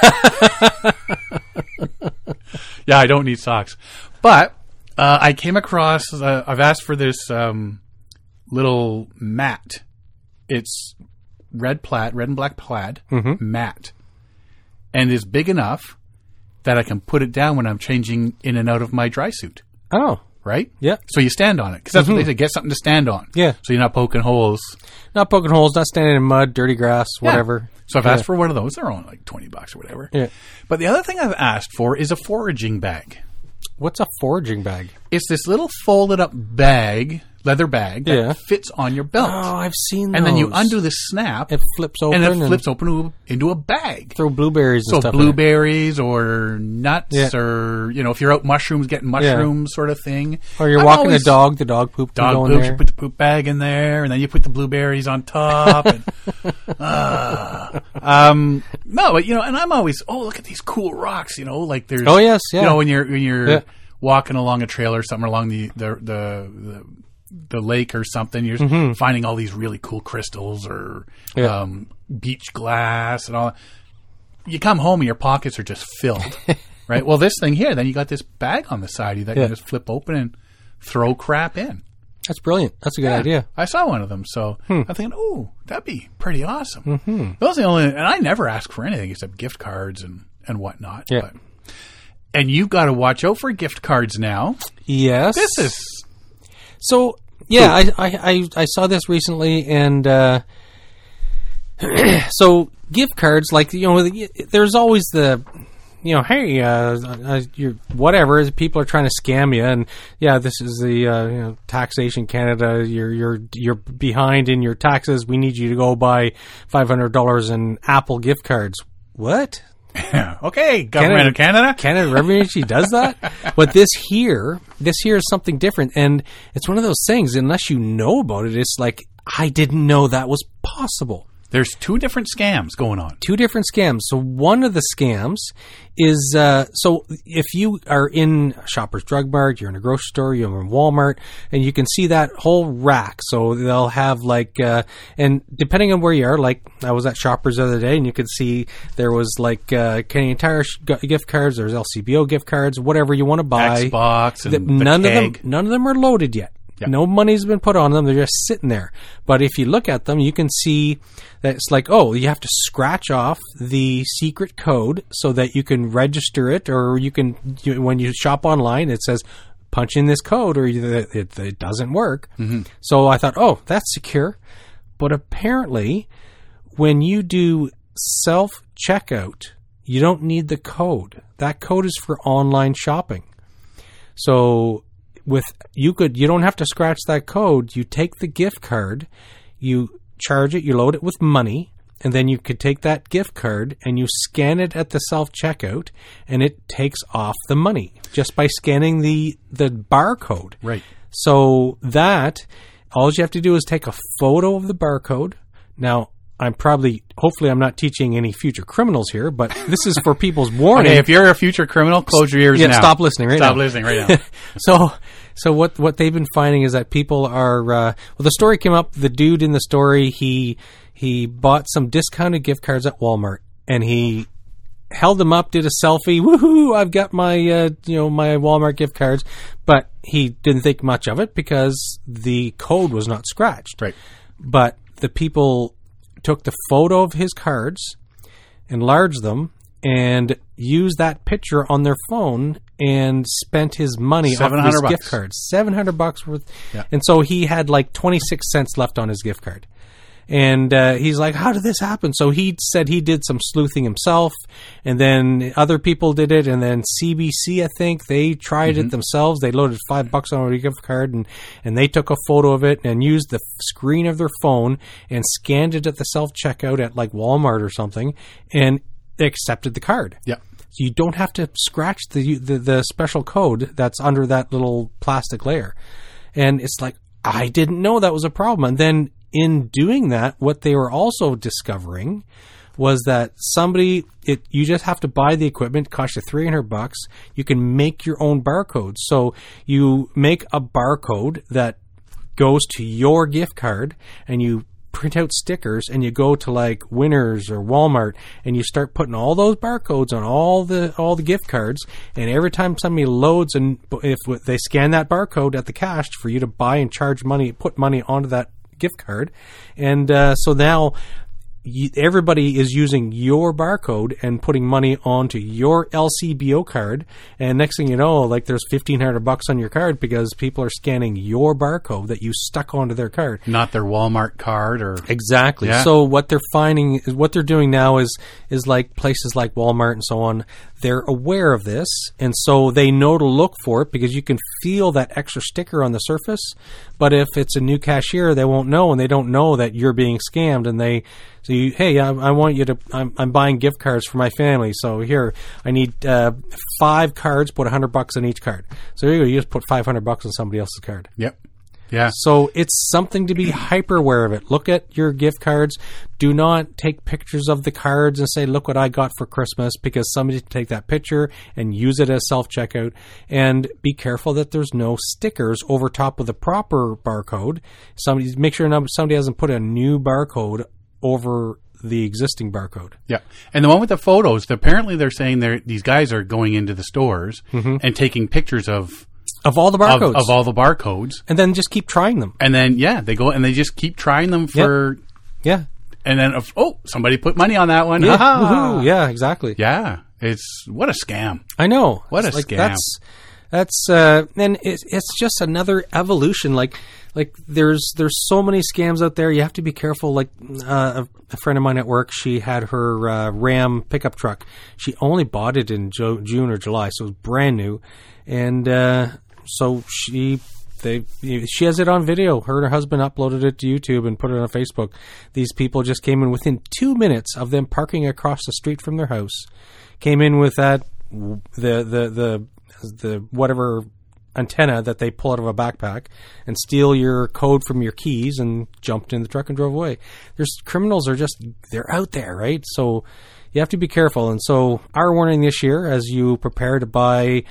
yeah, I don't need socks. But uh, I came across, uh, I've asked for this um, little mat. It's red plaid, red and black plaid
Mm-hmm.
mat. And is big enough that I can put it down when I'm changing in and out of my dry suit,
Oh,
right?
yeah. Mm-hmm.
So you stand on it. Because that's what they say get something to stand on.
Yeah.
So you're not poking holes.
Not poking holes, not standing in mud, dirty grass,
Yeah.
whatever.
So I've asked for one of those. They're only like 20 bucks or whatever.
Yeah.
But the other thing I've asked for is a foraging bag.
What's a foraging bag?
It's this little folded up bag, leather bag that
Yeah.
fits on your belt.
Oh, I've seen
and then you
those.
undo the snap
It flips open
and it
and-
flips open to- into a bag.
throw blueberries and
So
stuff. in it.
blueberries or nuts
Yeah.
or you know if you're out mushrooms getting mushrooms sort of thing.
Or you're
I'm
walking
always-
the dog, the dog poop can go
dog
in
poops.
there.
You put the poop bag in there, and then you put the blueberries on top. And, Ah. um, no, but you know, and I'm always oh look at these cool rocks. You know, like there's
Oh, yes, yeah.
You know when you're when you're
Yeah.
walking along a trail or something along the the the, the the lake or something, you're finding all these really cool crystals or
Mm-hmm. Yeah.
um, beach glass and all. You come home and your pockets are just filled, right? Well, this thing here, then you got this bag on the side that
Yeah.
you just flip open and throw crap in.
That's brilliant. That's a good idea. Hmm.
I saw one of them, so I'm thinking, oh, that'd be pretty awesome. Mm-hmm. Those are the only, and I never ask for anything except gift cards and and whatnot.
Yeah.
and you've got to watch out for gift cards now.
Yes.
This is
so. Yeah, I, I I I saw this recently, and uh, so gift cards, like you know, there's always the, you know, hey, uh, uh, you're whatever. People are trying to scam you, and yeah, this is the uh, you know, taxation Canada. You're you're you're behind in your taxes. We need you to go buy five hundred dollars in Apple gift cards. What?
okay, government of Canada.
Canada Revenue she does that. But this here, this here is something different, and it's one of those things. Unless you know about it, it's like I didn't know that was possible.
There's two different scams going on.
Two different scams. So one of the scams is uh, so if you are in Shoppers Drug Mart, you're in a grocery store, you're in Walmart, and you can see that whole rack. So they'll have like, uh, and depending on where you are, like I was at Shoppers the other day, and you could see there was like uh, Canadian Tire sh- gift cards, there's LCBO gift cards, whatever you want to buy.
Xbox and
Th-
the
none of
keg.
them none of them are loaded yet.
Yeah.
No money's been put on them. They're just sitting there. But if you look at them, you can see that it's like, oh, you have to scratch off the secret code so that you can register it, or you can, you, when you shop online, it says, punch in this code, or you, it, it doesn't work.
Mm-hmm.
So I thought, oh, that's secure. But apparently, when you do self checkout, you don't need the code. That code is for online shopping. So with you could you don't have to scratch that code. You take the gift card, you charge it, you load it with money, and then you could take that gift card and you scan it at the self checkout and it takes off the money just by scanning the the barcode.
Right.
So that all you have to do is take a photo of the barcode. Now I'm probably, hopefully, I'm not teaching any future criminals here, but this is for people's warning.
Hey, if you're a future criminal, close your ears
yeah,
now.
stop listening right now.
Stop listening right now.
so so what what they've been finding is that people are uh, well the story came up the dude in the story he he bought some discounted gift cards at Walmart and he held them up did a selfie woohoo I've got my uh, you know my Walmart gift cards but he didn't think much of it because the code was not scratched
right.
but the people took the photo of his cards, enlarged them, and used that picture on their phone and spent his money off of his
700
gift
bucks.
cards. Seven hundred bucks worth,
Yeah.
and so he had like twenty six cents left on his gift card. And uh, he's like, "How did this happen?" So he said he did some sleuthing himself, and then other people did it, and then CBC, I think, they tried it themselves. They loaded five bucks on a gift card, and and they took a photo of it and used the f- screen of their phone and scanned it at the self checkout at like Walmart or something, and they accepted the card.
Yeah.
So you don't have to scratch the, the the special code that's under that little plastic layer. And it's like I didn't know that was a problem. And then in doing that, what they were also discovering was that somebody it you just have to buy the equipment, cost you three hundred bucks. You can make your own barcode. So you make a barcode that goes to your gift card and you print out stickers and you go to like Winners or Walmart and you start putting all those barcodes on all the all the gift cards and every time somebody loads and if they scan that barcode at the cash for you to buy and charge money put money onto that gift card and uh, so now y- everybody is using your barcode and putting money onto your LCBO card, and next thing you know, like there's fifteen hundred bucks on your card because people are scanning your barcode that you stuck onto their card.
Not their Walmart card or
Exactly.
Yeah.
So what they're finding is what they're doing now is is like places like Walmart and so on. They're aware of this, and so they know to look for it because you can feel that extra sticker on the surface. But if it's a new cashier, they won't know, and they don't know that you're being scammed. And they so you, hey, I, I want you to. I'm, I'm buying gift cards for my family, so here I need uh, five cards. Put hundred bucks on each card. So there you go. You just put five hundred bucks on somebody else's card.
yep. Yeah.
So it's something to be hyper aware of it. Look at your gift cards. Do not take pictures of the cards and say, look what I got for Christmas, because somebody can take that picture and use it as self checkout. And be careful that there's no stickers over top of the proper barcode. Somebody make sure no- somebody hasn't put a new barcode over the existing barcode.
Yeah, and the one with the photos. Apparently, they're saying they these guys are going into the stores and taking pictures of,
Of all the
of
Mm-hmm. barcodes.
of all the barcodes,
and then just keep trying them.
and then yeah, they go and they just keep trying them for,
Yeah.
and then of- oh, somebody put money on that one.
Yeah.
Ha-ha.
Woohoo. Yeah, exactly.
yeah. It's what a scam.
I know.
What
It's
a scam.
That's that's uh, and it's it's just another evolution. Like like there's there's so many scams out there. You have to be careful. Like uh, a- a friend of mine at work, she had her uh, Ram pickup truck. She only bought it in jo- June or July, so it was brand new, and uh, so she. They, she has it on video. Her and her husband uploaded it to YouTube and put it on Facebook. These people just came in within two minutes of them parking across the street from their house. Came in with that the the the the whatever antenna that they pull out of a backpack and steal your code from your keys and jumped in the truck and drove away. There's criminals are just they're out there, right? So you have to be careful. And so our warning this year as you prepare to buy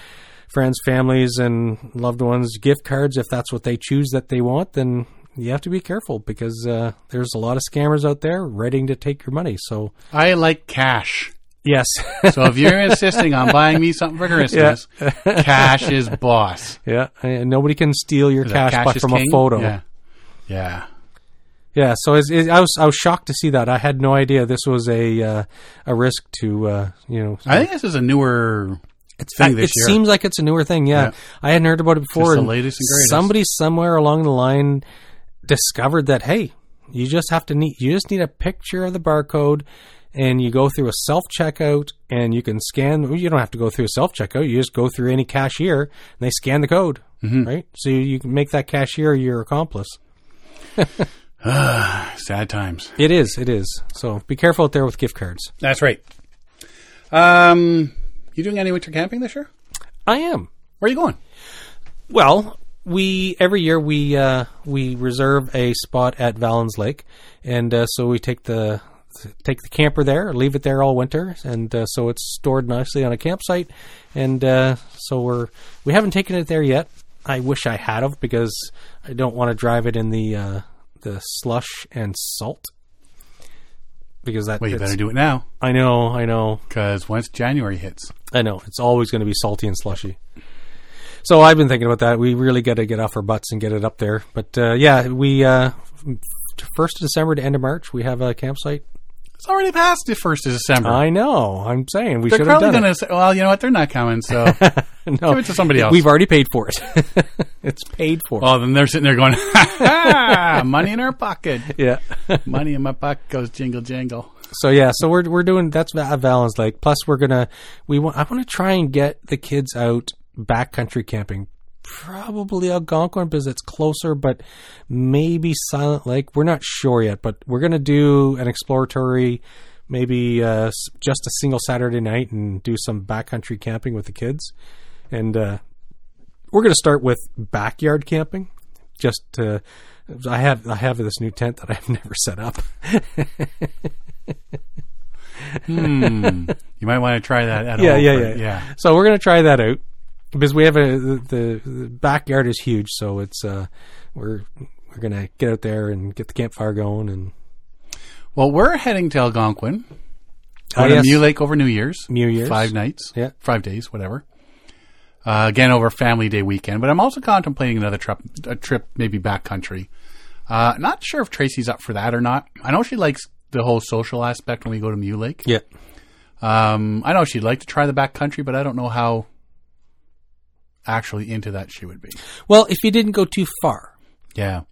friends, families and loved ones gift cards if that's what they choose that they want, then you have to be careful because uh, there's a lot of scammers out there ready to take your money. So
I like cash.
yes,
So if you're insisting on buying me something for Christmas, cash is boss.
yeah, and nobody can steal your cash,
Cash
but
is
from
king?
a photo.
Yeah. Yeah.
Yeah, so it's, it, I was I was shocked to see that. I had no idea this was a uh, a risk to uh, you know.
I think this is a newer
it's
thing this
it
year.
seems like it's a newer thing. Yeah,
Yeah.
I hadn't heard about it before.
It's the
and
latest and greatest.
Somebody somewhere along the line discovered that hey, you just have to need you just need a picture of the barcode, and you go through a self checkout, and you can scan. You don't have to go through a self checkout. You just go through any cashier, and they scan the code,
Mm-hmm.
right? So you, you can make that cashier your accomplice.
sad times.
It is, it is. So be careful out there with gift cards.
That's right. Um, you doing any winter camping this year?
I am.
Where are you going?
Well, we every year we uh, we reserve a spot at Valens Lake, and uh, so we take the take the camper there, leave it there all winter, and uh, so it's stored nicely on a campsite, and uh, so we're we haven't taken it there yet. I wish I had of because I don't want to drive it in the uh, the slush and salt because that
Well, you
it's-
better do it now
I know I know
because once January hits,
I know it's always going to be salty and slushy. So I've been thinking about that. We really got to get off our butts and get it up there. But uh, yeah, we uh, first of December to end of March, we have a campsite.
it's already past the first of December.
I know. I'm saying we
They're
should have
probably
done
going to say, "Well, you know what? They're not coming." So give
it. No,
it to somebody else.
we've already paid for it. it's paid for.
well, then they're sitting there going, "Ha, ha, "Money in our pocket,
Yeah.
money in my pocket goes jingle jingle."
So yeah, so we're we're doing that's Va- Valens Lake. Plus, we're gonna we want I want to try and get the kids out backcountry camping. Probably Algonquin because it's closer, but maybe Silent Lake. We're not sure yet, but we're gonna do an exploratory, maybe uh, s- just a single Saturday night and do some backcountry camping with the kids. And uh, we're gonna start with backyard camping. Just to, I have I have this new tent that I've never set up.
You might want to try that at
yeah,
home
yeah,
for-
yeah, So we're gonna try that out because we have a the, the backyard is huge, so it's uh we're we're gonna get out there and get the campfire going and
Well, we're heading to Algonquin.
Oh,
Going to
yes.
Mule Lake over New Year's.
New Year's.
Five nights.
Yeah.
Five days, whatever. Uh, again, over Family Day weekend. But I'm also contemplating another trip, a trip maybe backcountry. Uh, not sure if Tracy's up for that or not. I know she likes the whole social aspect when we go to Mule Lake.
yeah.
Um, I know she'd like to try the backcountry, but I don't know how actually into that she would be.
Well, if you didn't go too far,
Yeah.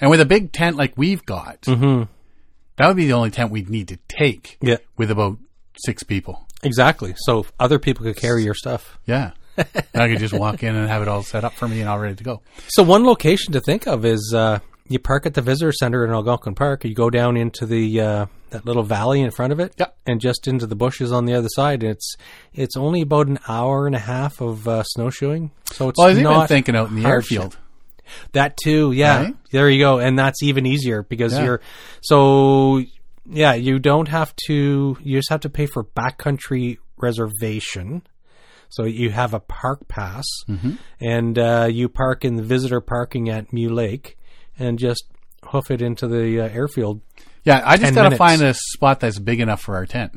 And with a big tent like we've got, that would be the only tent we'd need to take
yeah,
with about six people.
exactly. So other people could carry your stuff.
Yeah. and I could just walk in and have it all set up for me and all ready to go.
So one location to think of is uh you park at the visitor center in Algonquin Park. You go down into the uh, that little valley in front of it,
Yep.
and just into the bushes on the other side. It's it's only about an hour and a half of uh, snowshoeing, so it's
Well, I was even
not
thinking out in the
hardship.
airfield.
That too, yeah.
Right?
There you go, and that's even easier because
Yeah.
you're so yeah. You don't have to. You just have to pay for backcountry reservation. So you have a park pass,
Mm-hmm.
and uh, you park in the visitor parking at Mew Lake, and just hoof it into the uh, airfield.
Yeah, I just
10
got to
minutes.
find a spot that's big enough for our tent.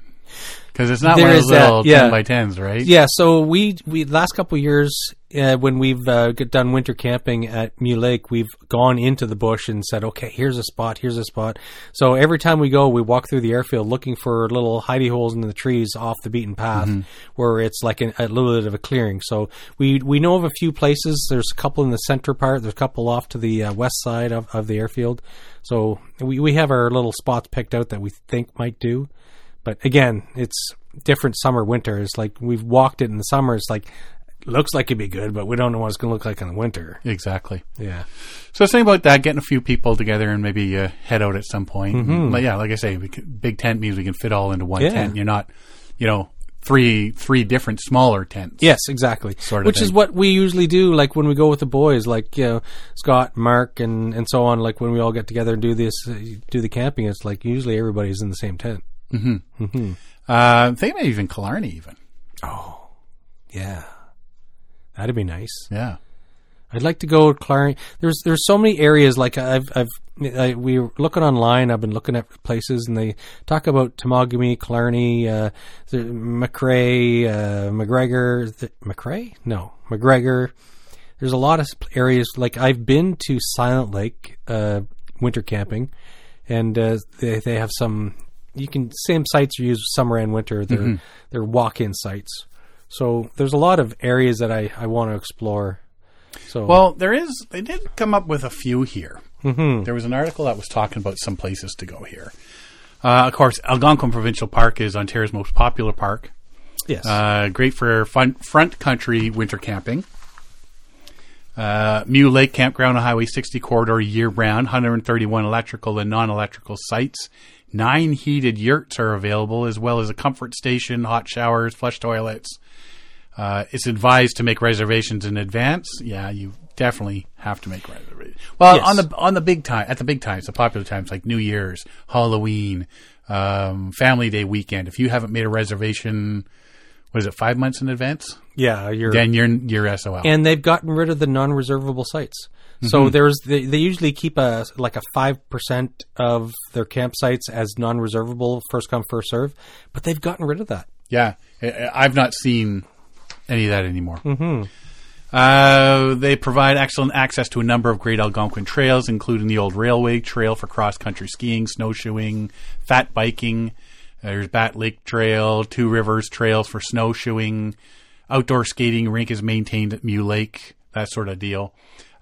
Because it's not
There
one of
is
those little
that, yeah.
10 by 10s, right?
Yeah, so we we last couple of years uh, when we've uh, get done winter camping at Mule Lake, we've gone into the bush and said, "Okay, here's a spot, here's a spot." So every time we go, we walk through the airfield looking for little hidey holes in the trees off the beaten path, where it's like an, a little bit of a clearing. So we we know of a few places. There's a couple in the center part. There's a couple off to the uh, west side of, of the airfield. So we we have our little spots picked out that we think might do. But again, it's different summer winter. It's like we've walked it in the summer. It's like looks like it'd be good, but we don't know what it's going to look like in the winter.
Exactly.
Yeah,
So think about that, getting a few people together and maybe uh, head out at some point. Like, yeah, like I say, we c big tent means we can fit all into one
Mm-hmm. Yeah.
tent. You're not, you know, three three different smaller tents.
yes, exactly.
Sort of
Which is
thing.
what we usually do. Like when we go with the boys, like you know, Scott, Mark, and and so on. Like when we all get together and do this, uh, do the camping. It's like usually everybody's in the same tent.
Uh, I think maybe even Killarney, even.
Oh, yeah, that'd be nice.
Yeah.
I'd like to go to Clarence. There's there's so many areas like I've I've I, we were looking online. I've been looking at places and they talk about Tamagami, Clarny, uh, the- McRae, uh, McGregor, th- McRae? No, McGregor. There's a lot of sp- areas like I've been to Silent Lake uh, winter camping, and uh, they they have some. You can same sites are used summer and winter. They're they're walk-in sites. So there's a lot of areas that I, I want to explore. So
Well, there is. They did come up with a few here. Mm-hmm. There was an article that was talking about some places to go here. Uh, of course, Algonquin Provincial Park is Ontario's most popular park.
Yes.
Uh, great for fun, front country winter camping. Uh, Mew Lake Campground on Highway 60 corridor year round, 131 electrical and non electrical sites. Nine heated yurts are available, as well as a comfort station, hot showers, flush toilets. Uh, it's advised to make reservations in advance. Yeah, you definitely have to make reservations. Well,
Yes.
on the on the big time at the big times, the popular times like New Year's, Halloween, um, Family Day weekend. If you haven't made a reservation, what is it five months in advance?
yeah, you're
Then you're you're SOL.
and they've gotten rid of the non-reservable sites. So there's they, they usually keep a like a five percent of their campsites as non-reservable, first come first serve. But they've gotten rid of that.
Yeah, I- I- I've not seen any of that anymore. Mm-hmm. Uh, they provide excellent access to a number of great Algonquin trails, including the old railway trail for cross-country skiing, snowshoeing, fat biking. There's Bat Lake Trail, Two Rivers trails for snowshoeing. Outdoor skating rink is maintained at Mule Lake, that sort of deal.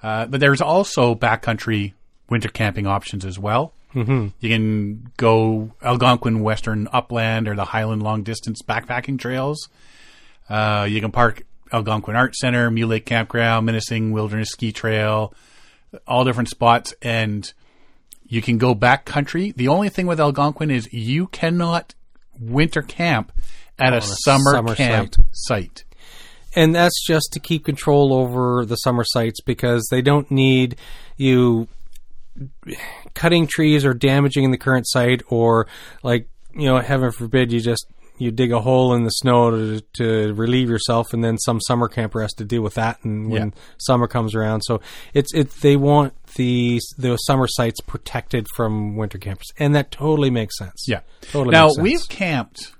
Uh, but there's also backcountry winter camping options as well.
Mm-hmm.
You can go Algonquin Western Upland or the Highland Long Distance Backpacking Trails. Uh, you can park Algonquin Art Center, Mule Lake Campground, Menacing Wilderness Ski Trail, all different spots, and you can go backcountry. The only thing with Algonquin is you cannot winter camp at a, summer,
summer
camp site.
site. and that's just to keep control over the summer sites because they don't need you cutting trees or damaging the current site or like you know heaven forbid you just you dig a hole in the snow to, to relieve yourself and then some summer camper has to deal with that and when
Yeah.
summer comes around so it's it they want the the summer sites protected from winter campers and that totally makes sense
Yeah.
totally
now
makes sense.
we've camped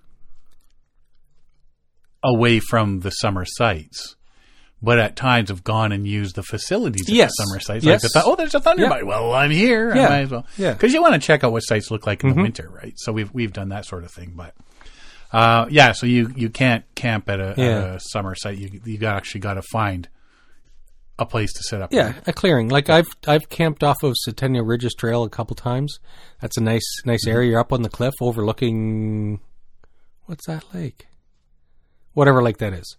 away from the summer sites, but at times have gone and used the facilities at
Yes.
the summer sites.
Yes.
Like the th- oh, there's a thunderbite. Well, I'm here.
Yeah.
I might as well.
Yeah. Mm-hmm.
Because you want to check out what sites look like in the winter, right? So we've we've done that sort of thing, but. Uh, yeah, so you, you can't camp at a,
Yeah.
at a summer site. You you got, actually got to find a place to set up.
Yeah, a clearing. Like I've I've camped off of Centennial Ridges Trail a couple times. That's a nice nice
Mm-hmm.
area. You're up on the cliff overlooking what's that lake? Whatever lake that is.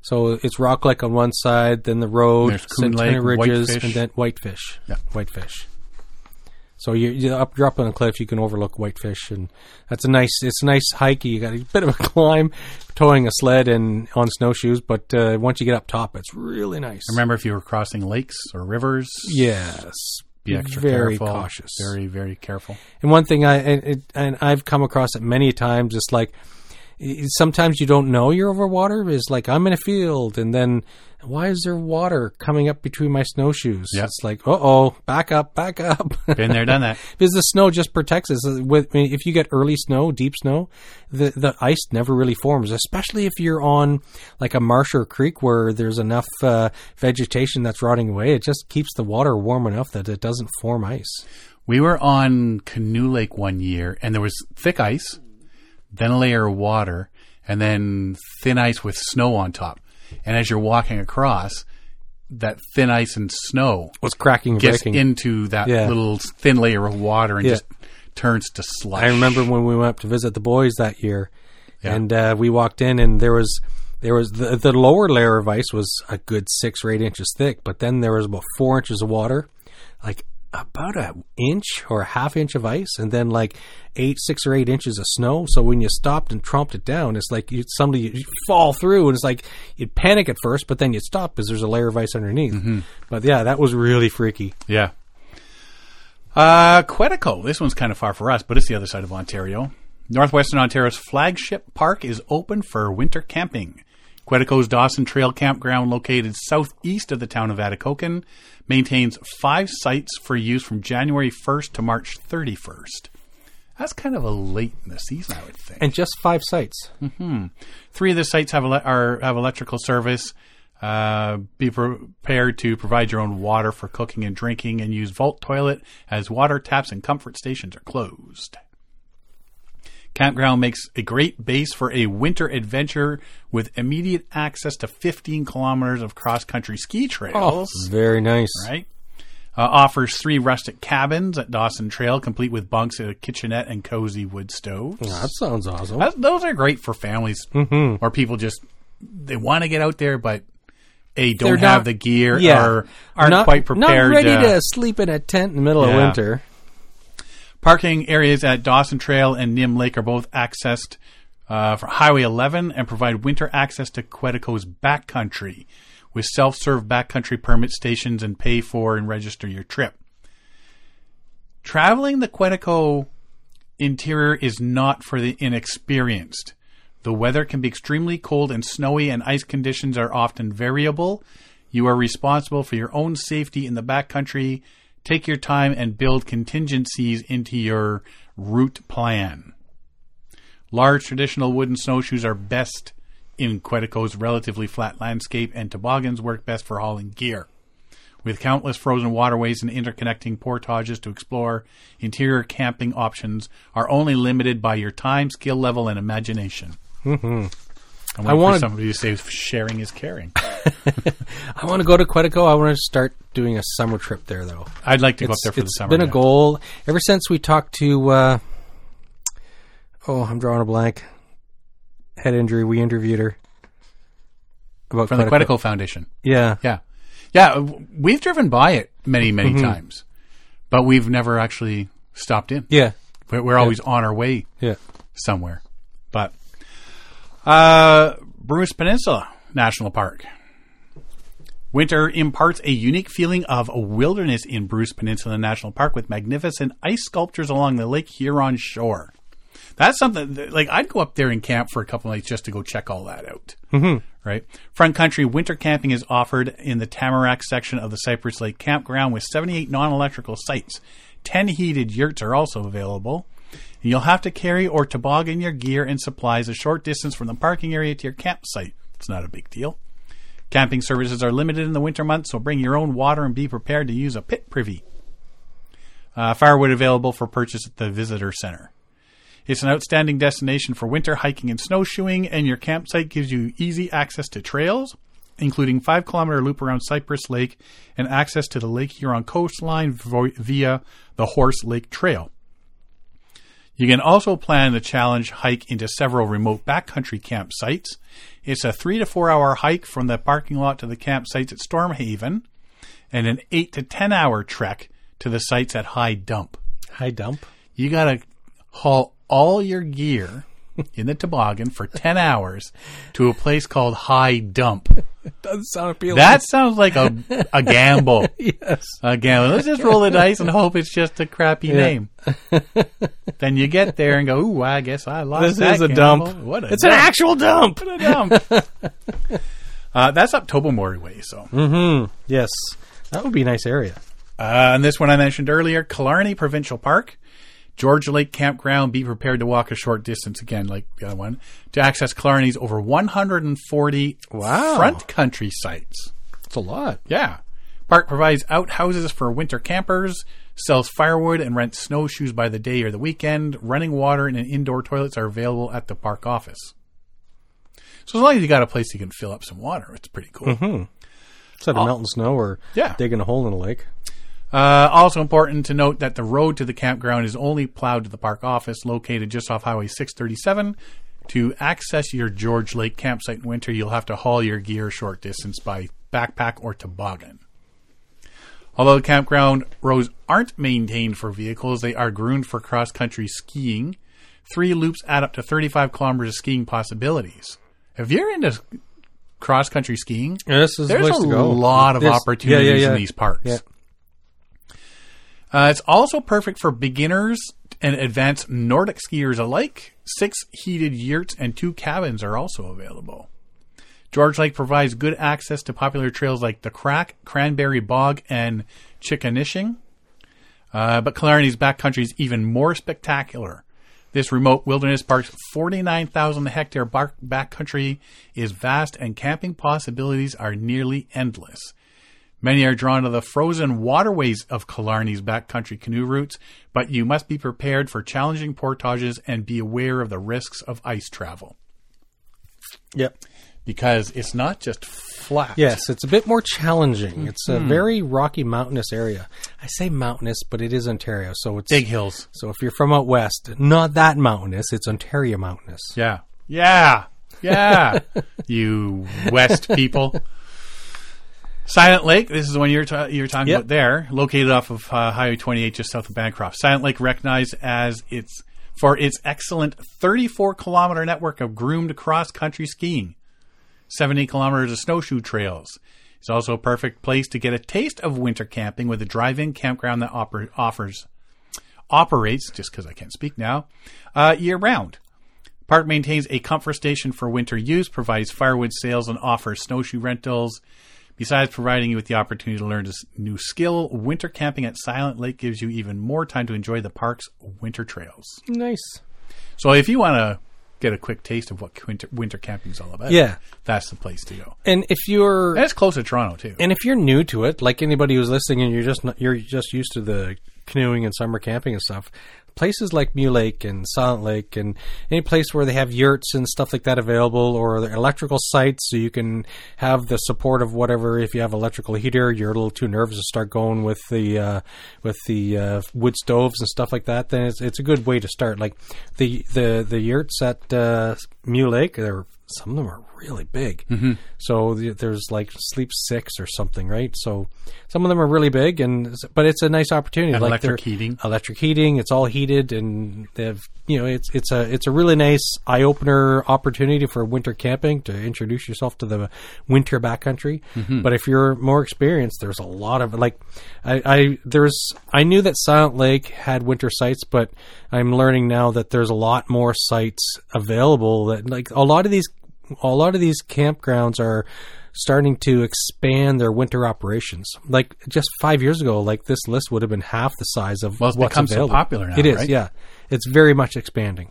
So it's Rock Lake on one side, then the road,
There's Coon
Centennial
Lake,
Ridges,
Whitefish.
and then Whitefish.
Yeah.
Whitefish. So you you up you're up on a cliff, you can overlook Whitefish, and that's a nice it's a nice hike. You got a bit of a climb, towing a sled and on snowshoes, but uh, once you get up top, it's really nice.
Remember if you were crossing lakes or rivers,
Yes.
be extra
very
careful.
cautious.
Very, very careful.
and one thing I and, it, and I've come across it many times, just like i- sometimes you don't know you're over water. Is like I'm in a field, and then why is there water coming up between my snowshoes?
Yeah.
It's like, uh oh, back up, back up.
Been there, done that.
because the snow just protects us. Uh, With I mean, if you get early snow, deep snow, the the ice never really forms. Especially if you're on like a marsh or creek where there's enough uh, vegetation that's rotting away, it just keeps the water warm enough that it doesn't form ice.
We were on Canoe Lake one year, and there was thick ice, then a layer of water, and then thin ice with snow on top. And as you're walking across, that thin ice and snow
Was cracking, and
gets
breaking.
into that
Yeah.
little thin layer of water and
Yeah.
just turns to slush.
I remember when we went up to visit the boys that year, and uh, we walked in, and there was there was the, the lower layer of ice was a good six or eight inches thick, but then there was about four inches of water, like about an inch or a half inch of ice, and then like eight, six or eight inches of snow. So when you stopped and tromped it down, it's like you somebody you fall through, and it's like you'd panic at first, but then you'd stop because there's a layer of ice underneath. But yeah, that was really freaky.
Yeah. Uh, Quetico. This one's kind of far for us, but it's the other side of Ontario. Northwestern Ontario's flagship park is open for winter camping. Quetico's Dawson Trail Campground, located southeast of the town of Atacocan, maintains five sites for use from January 1st to March 31st. That's kind of a late in the season, I would think.
And just five sites.
Three of the sites have ele- are, have electrical service. Uh, be prepared to provide your own water for cooking and drinking, and use vault toilet as water taps and comfort stations are closed. Campground makes a great base for a winter adventure with immediate access to 15 kilometers of cross country ski trails.
very nice.
Right. Uh, offers three rustic cabins at Dawson Trail, complete with bunks, a kitchenette, and cozy wood stoves.
That sounds awesome.
That- those are great for families
Mm-hmm.
or people just they want to get out there, but a don't
They're
have
not-
the gear
yeah,
or aren't
not,
quite prepared.
Not ready
uh,
to sleep in a tent in the middle
Yeah.
of winter.
Parking areas at Dawson Trail and Nim Lake are both accessed uh, from Highway 11 and provide winter access to Quetico's backcountry with self-serve backcountry permit stations and pay for and register your trip. Traveling the Quetico interior is not for the inexperienced. The weather can be extremely cold and snowy, and ice conditions are often variable. You are responsible for your own safety in the backcountry. Take your time and build contingencies into your route plan. Large traditional wooden snowshoes are best in Quetico's relatively flat landscape, and toboggans work best for hauling gear. With countless frozen waterways and interconnecting portages to explore, interior camping options are only limited by your time, skill level, and imagination. Mm-hmm. I
I
want
wanted-
somebody to say sharing is caring.
I want to go to Quetico. I want to start doing a summer trip there, though.
I'd like to go up
It's-
there for the
it's
summer.
been a
yeah.
goal ever since we talked to. Uh, oh, I'm drawing a blank. Head injury. We interviewed her about
from the Quetico Foundation.
Yeah,
Yeah, yeah. w- We've driven by it many, many
Mm-hmm.
times, but we've never actually stopped in.
yeah,
We're, we're always on our way
yeah.
somewhere. But uh, Bruce Peninsula National Park. Winter imparts a unique feeling of a wilderness in Bruce Peninsula National Park with magnificent ice sculptures along the Lake Huron shore. That's something that, like I'd go up there and camp for a couple nights just to go check all that out. Mm-hmm. Right, front country winter camping is offered in the Tamarack section of the Cypress Lake Campground with 78 non-electrical sites. Ten heated yurts are also available. And You'll have to carry or toboggan your gear and supplies a short distance from the parking area to your campsite. It's not a big deal. Camping services are limited in the winter months, so bring your own water and be prepared to use a pit privy. Uh, firewood available for purchase at the visitor center. It's an outstanding destination for winter hiking and snowshoeing, and your campsite gives you easy access to trails, including five kilometer loop around Cypress Lake and access to the Lake Huron coastline vo- via the Horse Lake Trail. You can also plan the challenge hike into several remote backcountry campsites. It's a three to four hour hike from the parking lot to the campsites at Stormhaven and an eight to 10 hour trek to the sites at High Dump.
High dump.
You got to haul all your gear in the toboggan for 10 hours to a place called High Dump.
Doesn't sound appealing.
That sounds like a, a gamble.
yes.
A gamble. Let's just roll the dice and hope it's just a crappy name. then you get there and go, ooh, I guess I lost
This
that
is a
gamble."
dump.
What a
It's
dump.
an actual dump.
dump. uh, that's up Tobermory Way, so.
Mm. Yes. That would be a nice area.
Uh, and this one I mentioned earlier, Killarney Provincial Park, George Lake Campground. Be prepared to walk a short distance again, like the other one, to access Killarney's over 140
Wow.
front country sites.
It's a lot.
Yeah. Park provides outhouses for winter campers, sells firewood and rents snowshoes by the day or the weekend. Running water and indoor toilets are available at the park office. So as long as you got a place you can fill up some water, it's pretty cool.
Instead of melting snow or
Yeah.
digging a hole in a lake.
Uh, also important to note that the road to the campground is only plowed to the park office, located just off Highway 637. To access your George Lake campsite in winter, you'll have to haul your gear short distance by backpack or toboggan. Although campground roads aren't maintained for vehicles, they are groomed for cross country skiing. Three loops add up to 35 kilometers of skiing possibilities. If you're into cross country skiing,
This is
there's a lot of opportunities in these parks.
Yeah.
Uh, it's also perfect for beginners and advanced Nordic skiers alike. Six heated yurts and two cabins are also available. George Lake provides good access to popular trails like the Crack, Cranberry Bog, and Chickanishing. Uh, but Killarney's backcountry is even more spectacular. This remote wilderness park's 49,000 hectare bark- backcountry is vast and camping possibilities are nearly endless. Many are drawn to the frozen waterways of Killarney's backcountry canoe routes, but you must be prepared for challenging portages and be aware of the risks of ice travel
Yep.
because it's not just flat.
Yes, it's a bit more challenging. It's
Hmm.
a very rocky, mountainous area. I say mountainous, but it is Ontario, so it's
Big hills.
So if you're from out west, not that mountainous, it's Ontario mountainous.
Yeah. Yeah. Yeah. you West people. Silent Lake, this is the one you're, ta- you're talking
Yep.
about there, located off of uh, Highway 28 just south of Bancroft. Silent Lake recognized as its for its excellent 34 kilometer network of groomed cross country skiing, 70 kilometers of snowshoe trails. It's also a perfect place to get a taste of winter camping with a drive-in campground that oper- offers operates just because I can't speak now uh, year round. Park maintains a comfort station for winter use, provides firewood sales, and offers snowshoe rentals. Besides providing you with the opportunity to learn this new skill, winter camping at Silent Lake gives you even more time to enjoy the park's winter trails.
Nice.
So, if you want to get a quick taste of what winter, winter camping is all about,
Yeah.
that's the place to go.
And if you're
And it's close to Toronto too.
and if you're new to it, like anybody who's listening, and you're just not, you're just used to the canoeing and summer camping and stuff, places like Mule Lake and Silent Lake and any place where they have yurts and stuff like that available, or the electrical sites, so you can have the support of whatever. If you have electrical heater, you're a little too nervous to start going with the uh, with the uh, wood stoves and stuff like that. Then it's, it's a good way to start. Like the the the yurts at uh, Mule Lake, they're some of them are really big. Mm-hmm. So the, there's like sleep six or something, right? So some of them are really big, and but it's a nice opportunity.
And
like
electric
they're-
heating.
electric heating. It's all heated, and they've you know it's it's a it's a really nice eye opener opportunity for winter camping to introduce yourself to the winter backcountry. But if you're more experienced, there's a lot of like I, I there's I knew that Silent Lake had winter sites, but I'm learning now that there's a lot more sites available. That like a lot of these a lot of these campgrounds are starting to expand their winter operations. Like just five years ago, like this list would have been half the size of
Well, it's
what's
become so
available.
popular now,
It is,
right? Hmm.
yeah. It's very much expanding.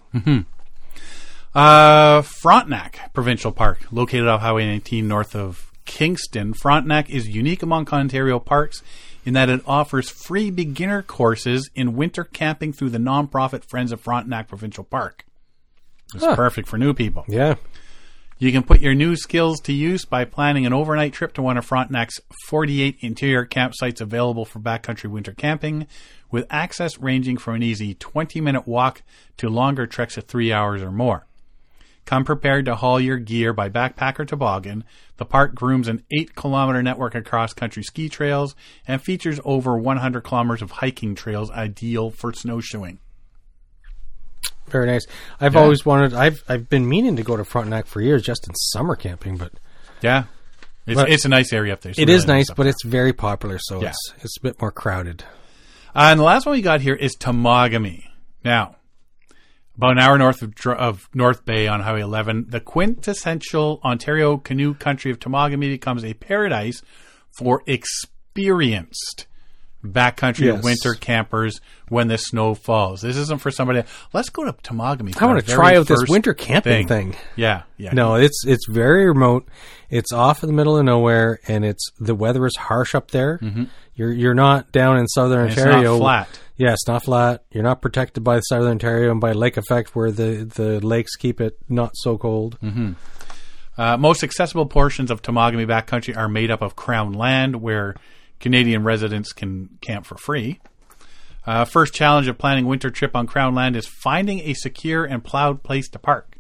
Uh, Frontenac Provincial Park, located off Highway 19 north of Kingston. Frontenac is unique among Ontario parks in that it offers free beginner courses in winter camping through the nonprofit Friends of Frontenac Provincial Park. It's
Huh.
perfect for new people.
Yeah,
You can put your new skills to use by planning an overnight trip to one of Frontenac's 48 interior campsites available for backcountry winter camping, with access ranging from an easy 20 minute walk to longer treks of three hours or more. Come prepared to haul your gear by backpack or toboggan. The park grooms an 8 kilometer network of cross country ski trails and features over 100 kilometers of hiking trails ideal for snowshoeing.
Very nice. I've always wanted. I've I've been meaning to go to Frontenac for years, just in summer camping, but
Yeah. It's,
But-
it's a nice area up there. It's
it is
really
nice.
up
But
there.
it's very popular, so
Yeah.
it's it's a bit more crowded.
Uh, and the last one we got here is Tamagami. Now, about an hour north of, Dr- of North Bay on Highway 11, the quintessential Ontario canoe country of Tamagami becomes a paradise for experienced backcountry
Yes.
winter campers when the snow falls. This isn't for somebody. Let's go to Tamagami.
I want to try out this winter camping thing.
Yeah, yeah.
No, it's it's very remote. It's off in the middle of nowhere, and it's the weather is harsh up there. You're you're not down in southern
Mm-hmm. it's
Ontario.
not flat.
Yeah, it's not flat. You're not protected by southern Ontario and by lake effect, where the the lakes keep it not so cold.
Uh, most accessible portions of Tamagami backcountry are made up of crown land where Canadian residents can camp for free. Uh, first challenge of planning winter trip on crown land is finding a secure and plowed place to park.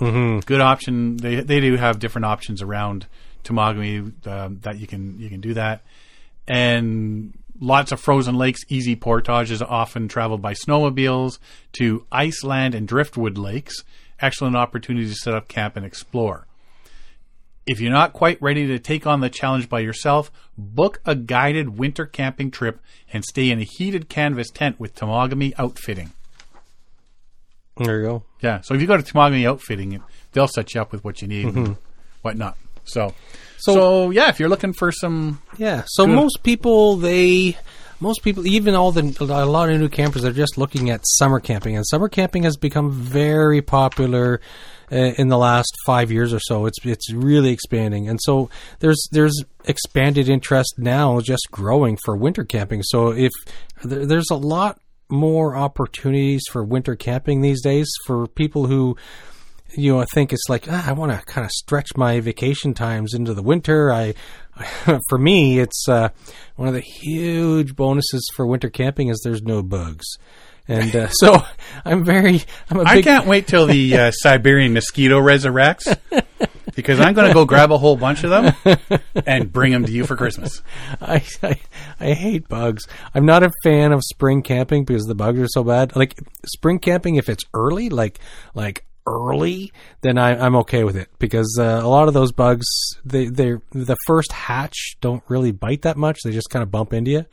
Mm-hmm. Good option. They they do have different options around Tamagami um, that you can you can do that, and lots of frozen lakes. Easy portages often traveled by snowmobiles to Iceland and driftwood lakes. Excellent opportunity to set up camp and explore. If you're not quite ready to take on the challenge by yourself, book a guided winter camping trip and stay in a heated canvas tent with Tamagami outfitting.
There you go.
Yeah, so if you go to Tamagami outfitting, they'll set you up with what you need and whatnot. So, Mm-hmm. so, yeah, if you're looking for some,
Yeah. So most people they most people even all the a lot of new campers are just looking at summer camping and summer camping has become very popular uh, in the last 5 years or so. It's it's really expanding. And so there's there's expanded interest now just growing for winter camping. So if there, there's a lot more opportunities for winter camping these days for people who you know, I think it's like ah, I want to kind of stretch my vacation times into the winter. I, for me, it's uh, one of the huge bonuses for winter camping is there's no bugs, and uh, so I'm very I'm a
I
big
can't wait till the uh, Siberian mosquito resurrects because I'm going to go grab a whole bunch of them and bring them to you for Christmas.
I, I I hate bugs. I'm not a fan of spring camping because the bugs are so bad. Like spring camping, if it's early, like like early, then I, I'm okay with it because uh, a lot of those bugs, they they the first hatch don't really bite that much. They just kind of bump into you.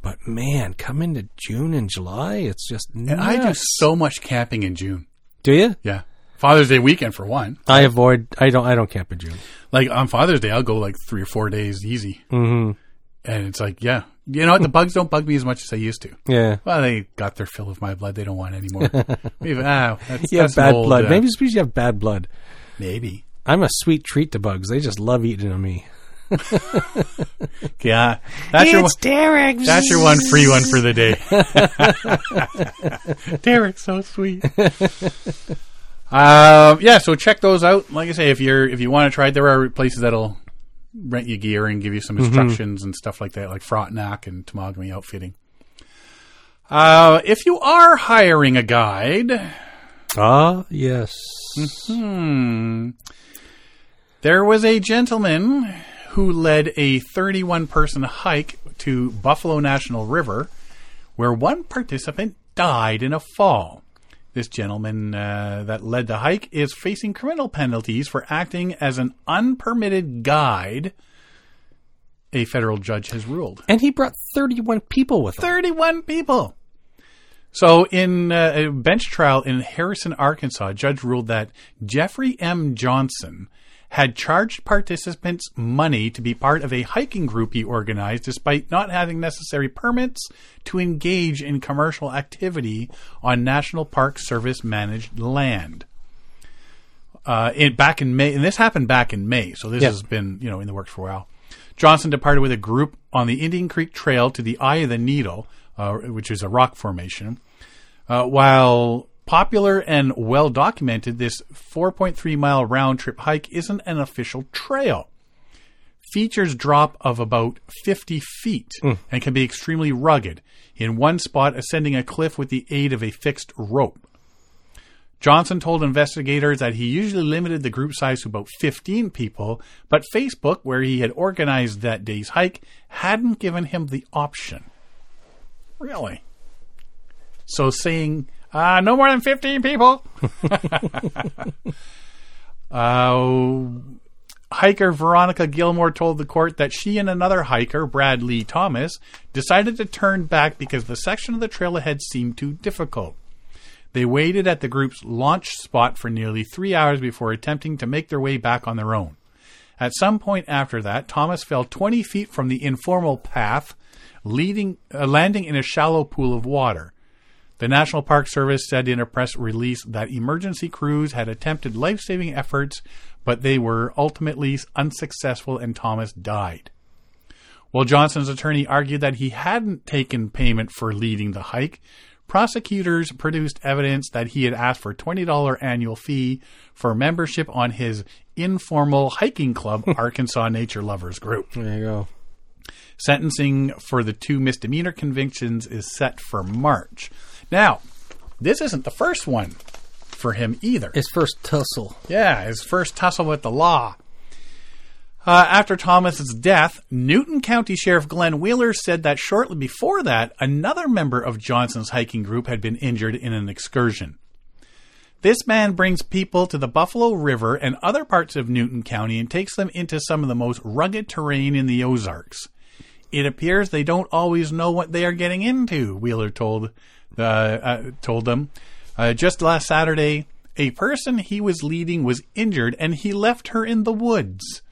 But man, come into June and July, it's just
And I do
nuts.
so much camping in June.
do you?
Yeah, Father's Day weekend for one.
I avoid. I don't. I don't camp in June.
like on Father's Day, I'll go like three or four days easy. Mm-hmm. And it's like, yeah, you know what? The bugs don't bug me as much as they used to.
Yeah.
Well, they got their fill of my blood. They don't want any more. We've, ah, that's,
You have
that's an
bad
old,
blood.
uh,
Maybe it's because you have bad blood.
maybe.
I'm a sweet treat to bugs. They just love eating on me.
Yeah, that's your one,
Derek.
that's your one free one for the day. Derek's so sweet. um, yeah, so check those out. Like I say, if you're if you want to try it, there are places that'll rent you gear and give you some instructions and stuff like that, like Frontenac and Tamagami Outfitting. Uh, if you are hiring a guide,
Ah, yes.
hmm, there was a gentleman who led a 31 person hike to Buffalo National River where one participant died in a fall. This gentleman uh, that led the hike is facing criminal penalties for acting as an unpermitted guide, a federal judge has ruled.
And he brought 31 people with him.
31 people. So, in uh, a bench trial in Harrison, Arkansas, a judge ruled that Jeffrey M. Johnson had charged participants money to be part of a hiking group he organized despite not having necessary permits to engage in commercial activity on National Park Service managed land. Uh, in, back in May, and this happened back in May, so this
Yeah.
has been you know in the works for a while. Johnson departed with a group on the Indian Creek Trail to the Eye of the Needle, uh, which is a rock formation. Uh, while popular and well documented, this 4.3 mile round trip hike isn't an official trail. Features drop of about 50 feet and can be extremely rugged, in one spot ascending a cliff with the aid of a fixed rope. Johnson told investigators that he usually limited the group size to about 15 people, but Facebook, where he had organized that day's hike, hadn't given him the option. Really? So saying, Uh, no more than 15 people. uh, hiker Veronica Gilmore told the court that she and another hiker, Brad Lee Thomas, decided to turn back because the section of the trailhead seemed too difficult. They waited at the group's launch spot for nearly three hours before attempting to make their way back on their own. At some point after that, Thomas fell 20 feet from the informal path, leading, uh, landing in a shallow pool of water. The National Park Service said in a press release that emergency crews had attempted life saving efforts, but they were ultimately unsuccessful and Thomas died. While Johnson's attorney argued that he hadn't taken payment for leading the hike, prosecutors produced evidence that he had asked for $20 annual fee for membership on his informal hiking club, Arkansas Nature Lovers Group.
There you go.
Sentencing for the two misdemeanor convictions is set for March. Now, this isn't the first one for him either.
His first tussle.
Yeah, his first tussle with the law. Uh, after Thomas's death, Newton County Sheriff Glenn Wheeler said that shortly before that, another member of Johnson's hiking group had been injured in an excursion. This man brings people to the Buffalo River and other parts of Newton County and takes them into some of the most rugged terrain in the Ozarks. It appears they don't always know what they are getting into, Wheeler told uh, uh, told them. Uh, just last Saturday, a person he was leading was injured and he left her in the woods.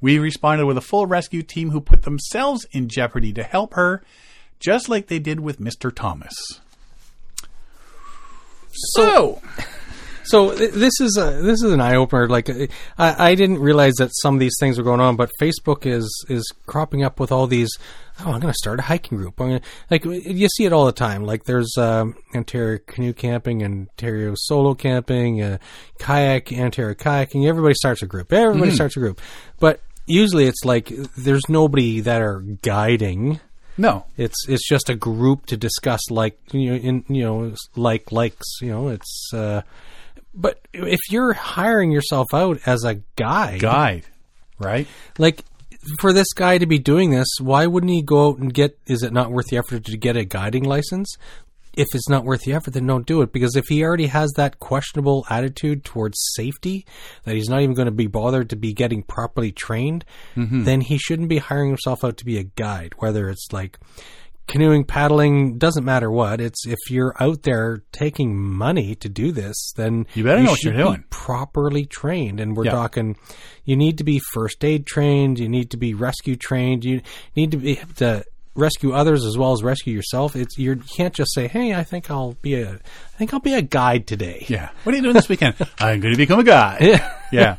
We responded with a full rescue team who put themselves in jeopardy to help her, just like they did with Mr. Thomas. So,
So th- this is a this is an eye opener. Like I, I didn't realize that some of these things were going on, but Facebook is is cropping up with all these. Oh, I'm going to start a hiking group. I'm gonna, like you see it all the time. Like there's um, Ontario canoe camping, Ontario solo camping, uh, kayak, Ontario kayaking. Everybody starts a group. Everybody starts a group, but usually it's like there's nobody that are guiding.
no.
It's it's just a group to discuss like you know, in you know like likes you know it's uh, but if you're hiring yourself out as a guy,
Guide, right?
like for this guy to be doing this, why wouldn't he go out and get? Is it not worth the effort to get a guiding license? If it's not worth the effort, then don't do it. Because if he already has that questionable attitude towards safety, that he's not even going to be bothered to be getting properly trained,
Mm-hmm.
then he shouldn't be hiring himself out to be a guide. Whether it's like canoeing, paddling, doesn't matter what. It's if you're out there taking money to do this, then
You better know what
should
you're
be
doing.
properly trained and we're
Yeah.
talking you need to be first aid trained you need to be rescue trained you need to be able to rescue others as well as rescue yourself it's you're, you can't just say hey i think i'll be a i think i'll be a guide today
Yeah. What are you doing this weekend? I'm going to become a guide. yeah.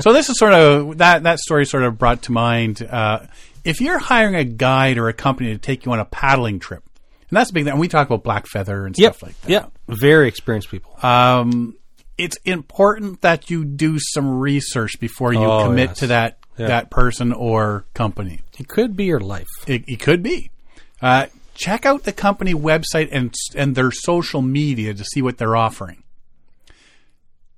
So this is sort of that that story sort of brought to mind. Uh, if you're hiring a guide or a company to take you on a paddling trip, and that's a big thing. And we talk about black feather and
yep
stuff like that.
yep very experienced people Uh,
Um, it's important that you do some research before you
Oh,
commit
yes.
to that that person or company.
it could be your life
It, it could be. Uh, check out the company website and and their social media to see what they're offering.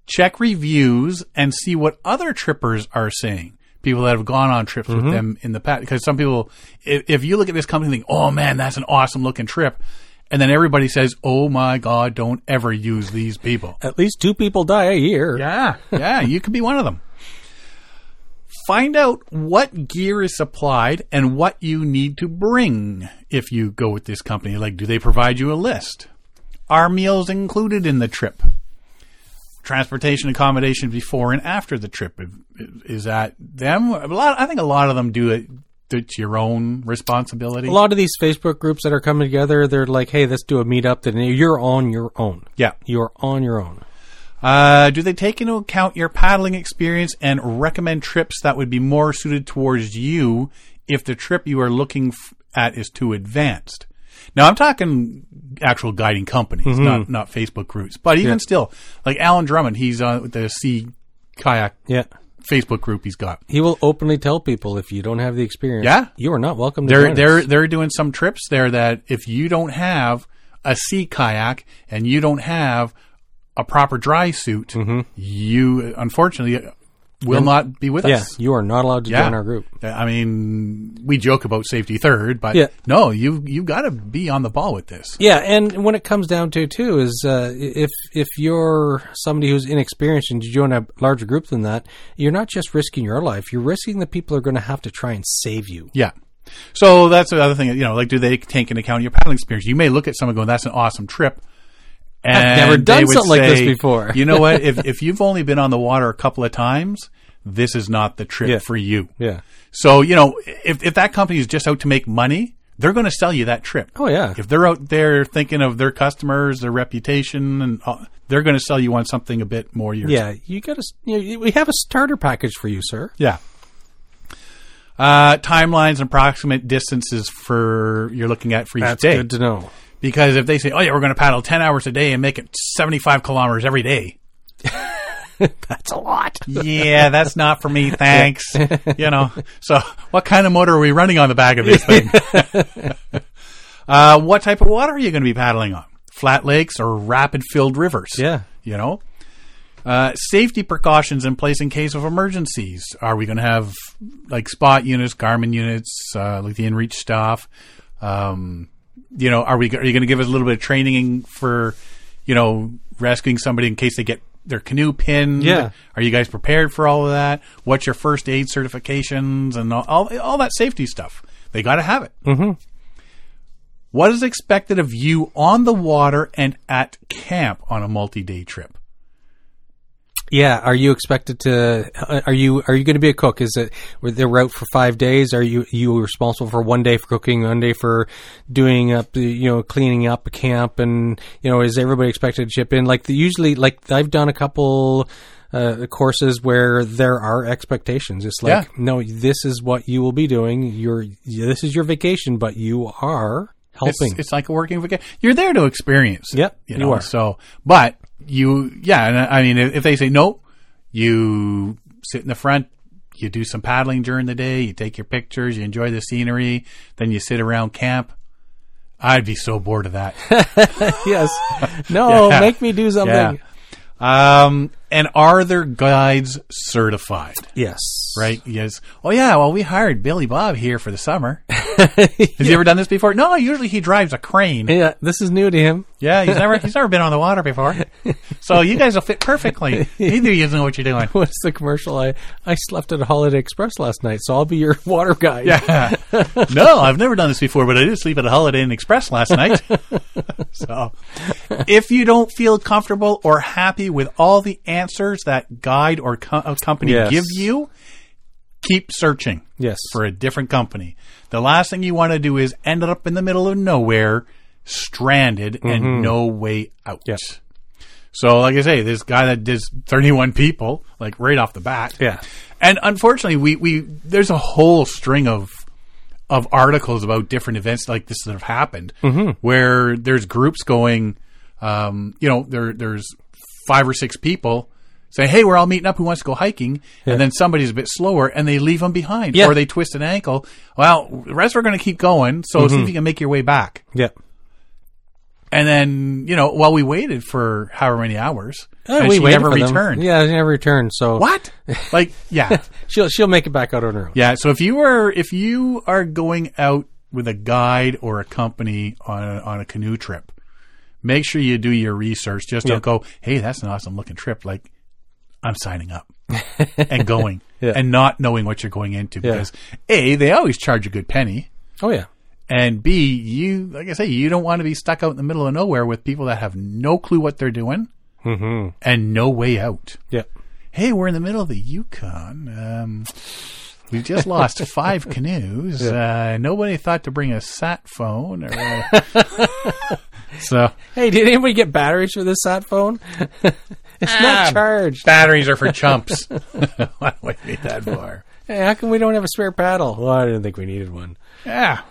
Check reviews and see what other trippers are saying. People that have gone on trips with them in the past, because some people, if, if you look at this company, and think, "Oh man, that's an awesome looking trip," and then everybody says, "Oh my god, don't ever use these people."
at least two people die a year
Yeah, yeah, you could be one of them. Find out what gear is supplied and what you need to bring if you go with this company. Like, do they provide you a list? Are meals included in the trip? Transportation accommodation before and after the trip Is- is that them? A lot. I think a lot of them do it. It's your own responsibility.
a lot of these facebook groups that are coming together they're like hey let's do a meetup then you're on your own
Yeah.
you're on your own
Uh, do they take into account your paddling experience and recommend trips that would be more suited towards you if the trip you are looking f- at is too advanced? Now I'm talking actual guiding companies, not not Facebook groups, but even still, like Alan Drummond, he's on the sea kayak
yeah
Facebook group he's got.
He will openly tell people if you don't have the experience,
Yeah.
you are not welcome. To
They're
join us.
they're they're doing some trips there that if you don't have a sea kayak
Mm-hmm.
and you don't have a proper dry suit, you unfortunately will not be with
Yeah,
us.
you are not allowed to
Yeah.
join our group.
I mean, we joke about safety third, but
Yeah.
no, you you got to be on the ball with this.
Yeah, and when it comes down to it, too is uh, if if you're somebody who's inexperienced and you join a larger group than that, you're not just risking your life; you're risking the people who are going to have to try and save you.
Yeah. So that's the other thing, you know, like do they take into account your paddling experience? You may look at someone going, "That's an awesome trip." And
never done
they would
something like this
say,
before.
you know what? If if you've only been on the water a couple of times, this is not the trip
Yeah.
for you.
Yeah.
So, you know, if if that company is just out to make money, they're going to sell you that trip.
Oh yeah.
If they're out there thinking of their customers, their reputation, and uh, they're going to sell you on something a bit more yours.
yeah. You got to. You know, we have a starter package for you, sir.
Yeah. Uh, timelines and approximate distances for you're looking at for each
That's
day.
good to know.
Because if they say, "Oh yeah, we're going to paddle ten hours a day and make it seventy-five kilometers every day,"
That's a lot.
yeah, that's not for me. Thanks. you know. So, what kind of motor are we running on the back of this thing? uh, what type of water are you going to be paddling on? Flat lakes or rapid-filled rivers?
Yeah.
You know. Uh, safety precautions in place in case of emergencies. Are we going to have like spot units, Garmin units, uh, like the inReach stuff? Um, you know, are we are you going to give us a little bit of training for, you know, rescuing somebody in case they get their canoe pinned?
Yeah.
Are you guys prepared for all of that? What's your first aid certifications and all all, all that safety stuff? They got to have it. Mm-hmm. is expected of you on the water and at camp on a multi-day trip?
Yeah, are you expected to? uh, Are you are you going to be a cook? Is it they're out for five days? Are you you responsible for one day for cooking, one day for doing up, the- you know, cleaning up a camp, and you know, is everybody expected to chip in? Like the, usually, like I've done a couple uh, courses where there are expectations. It's like,
Yeah.
no, this is what you will be doing. Your this is your vacation, but you are
It's,
helping.
it's like a working vacation. You're there to experience. it,
Yep,
you
you
know.
are.
So, but you, yeah. And I I mean, if if they say no, you sit in the front. You do some paddling during the day. You take your pictures. You enjoy the scenery. Then you sit around camp. I'd be so bored of that.
yes, no,
Yeah.
make me do something.
um, and are their guides certified?
Yes,
Right? Yes. Oh yeah. Well, we hired Billy Bob here for the summer. Has he ever done this before? No. Usually he drives a crane.
Yeah, this is new to him.
Yeah, he's never he's never been on the water before. So you guys will fit perfectly. Neither of you know what you're doing.
What's the commercial? I, I slept at a Holiday Express last night, so I'll be your water guy. Yeah.
No, I've never done this before, but I did sleep at a Holiday Inn Express last night. so if you don't feel comfortable or happy with all the answers that guide or co- uh, company
Yes.
give you, keep searching
Yes.
for a different company. The last thing you want to do is end up in the middle of nowhere, stranded and no way out.
Mm-hmm. Yes.
So, like I say, this guy that did 31 people, like right off the bat.
Yeah.
And unfortunately, we, we there's a whole string of of articles about different events like this that have happened,
Mm-hmm.
where there's groups going, um, you know, there there's five or six people say, "Hey, we're all meeting up. Who wants to go hiking?" And then somebody's a bit slower, and they leave them behind,
Yeah.
or they twist an ankle. Well, the rest are going to keep going, so see
Mm-hmm.
if you can make your way back.
yeah.
And then, you know, while we waited for however many hours, and she
waited
never
for them.
returned.
Yeah, she never returned. So
What? like, yeah,
she'll she'll make it back out on her own.
yeah. So if you are if you are going out with a guide or a company on a, on a canoe trip, make sure you do your research. Just don't go, hey, that's an awesome looking trip. Like, I'm signing up and going and not knowing what you're going into because a they always charge a good penny.
Oh yeah.
And B, you like I say, you don't want to be stuck out in the middle of nowhere with people that have no clue what they're doing and no way out.
Yeah.
Hey, we're in the middle of the Yukon. Um, we just lost five canoes. Uh, nobody thought to bring a sat phone. Or a so
Hey, did anybody get batteries for this sat phone? it's
Ah.
not charged.
batteries are for chumps. Why do we need that for?
Hey, how come we don't have a spare paddle? Well, I didn't think we needed one.
Yeah,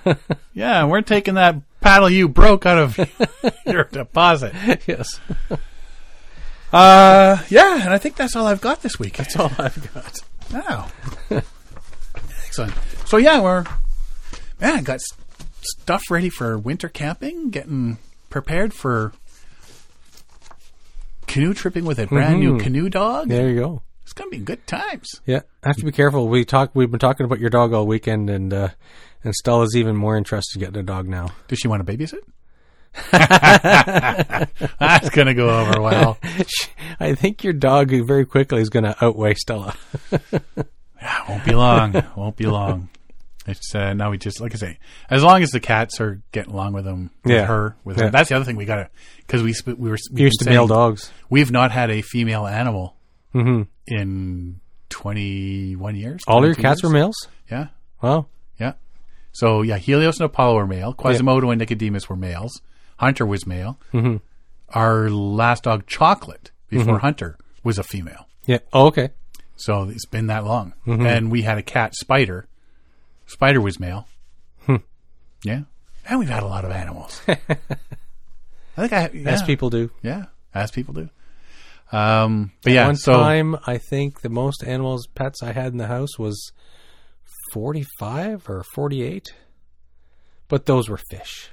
yeah. We're taking that paddle you broke out of your deposit.
yes.
Uh, yeah, and I think that's all I've got this week. That's all I've got. Wow. Oh. Excellent. So yeah, we're man, I got s- stuff ready for winter camping, getting prepared
Mm-hmm.
for canoe tripping with a brand new canoe dog.
There you go.
It's gonna be good times.
Yeah, I have to be careful. We talk. We've been talking about your dog all weekend, and uh, and Stella's even more interested in getting a dog now.
Does she want to babysit? That's gonna go over well.
I think your dog very quickly is going to outweigh Stella.
Yeah, won't be long. Won't be long. It's uh, now we just like I say, as long as the cats are getting along with them, with
Yeah.
her, with
Yeah.
him. That's the other thing we gotta because we sp- we were we've
Used to
been saying
male dogs.
We've not had a female animal
hmm
in twenty one years.
All your
22
cats
years.
were males.
yeah,
Wow.
yeah. So yeah, Helios and Apollo were male. Quasimodo and Nicodemus were males. Hunter was male.
Mm-hmm.
Our last dog, Chocolate, before Hunter, was a female.
Yeah. Oh, okay.
So it's been that long.
Mm-hmm.
And we had a cat, Spider. Spider was male.
Hmm.
Yeah. And we've had a lot of animals. I think I yeah,
As people do.
Yeah, as people do. Um, but yeah,
One
so
time, I think the most animals pets I had in the house was forty-five or forty-eight, but those were fish.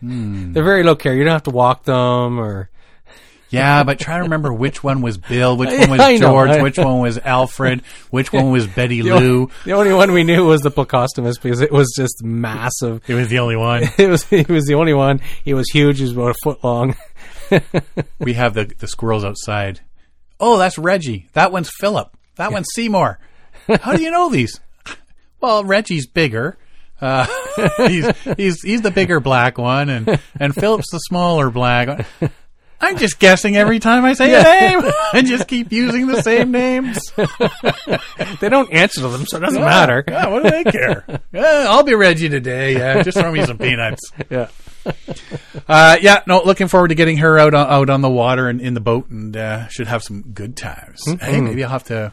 Hmm.
They're very low care. You don't have to walk them or
yeah, but try to remember which one was Bill, which one
I
was
know,
George,
I-
which one was Alfred, which one was Betty Lou.
The only one we knew was the Placostomus because it was just massive.
It was the only one.
It was he was the only one. He was huge. He was about a foot long.
we have the the squirrels outside. Oh, that's Reggie. That one's Philip. That one's Seymour. How do you know these? Well, Reggie's bigger. Uh, he's he's he's the bigger black one, and and Philip's the smaller black. one. I'm just guessing every time I say a name. I just keep using the same names.
They don't answer to them, so it doesn't
Yeah,
matter.
Yeah, what do they care? yeah, I'll be Reggie today. Yeah, just throw me some peanuts.
Yeah.
Uh, yeah, no, looking forward to getting her out on, out on the water and in the boat, and uh, should have some good times.
Mm-hmm.
Hey, maybe I'll have to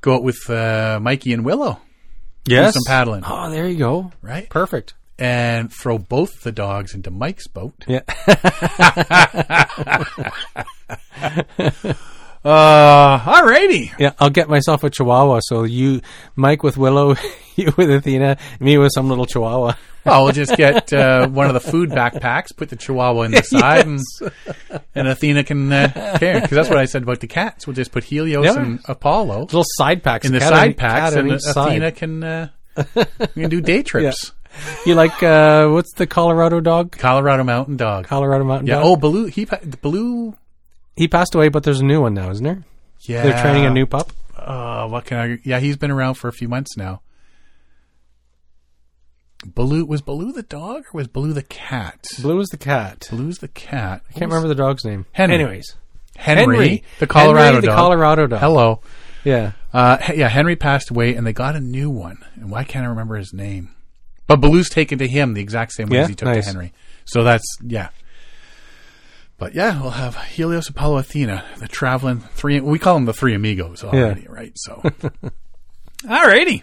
go out with uh, Mikey and Willow,
Yes.
some paddling.
Oh, there you go.
right?
Perfect.
And throw both the dogs into Mike's boat.
Yeah.
Uh, alrighty.
Yeah. I'll get myself a Chihuahua. So you, Mike with Willow, you with Athena, me with some little Chihuahua.
Well, we'll just get uh, one of the food backpacks, put the Chihuahua in the side, and, and Athena can uh, care because that's what I said about the cats. We'll just put Helios
Yeah.
and Apollo
Little side packs
in the
cat on
side
each-
packs,
cat on
and
each side.
Athena can uh, can do day trips.
You like uh, what's the Colorado dog?
Colorado Mountain Dog.
Colorado Mountain
Yeah.
Dog.
Oh, Baloo. He pa- the Baloo.
He passed away, but there's a new one now, isn't there?
Yeah.
They're training a new pup.
Uh, what can I? Yeah, he's been around for a few months now. Baloo was Baloo the dog or was Baloo the cat?
Blue is the cat.
Baloo's the cat. I
Can't remember the dog's name.
Henry.
Anyways,
Henry,
Henry.
the Colorado
Henry, the
dog.
Colorado dog.
Hello.
Yeah.
Uh, he- yeah, Henry passed away, and they got a new one. And why can't I remember his name? But Baloo's taken to him the exact same way
Yeah,
as he took
nice.
to Henry. So that's yeah. But yeah, we'll have Helios, Apollo, Athena, the traveling three. We call them the three amigos already, right? So, alrighty,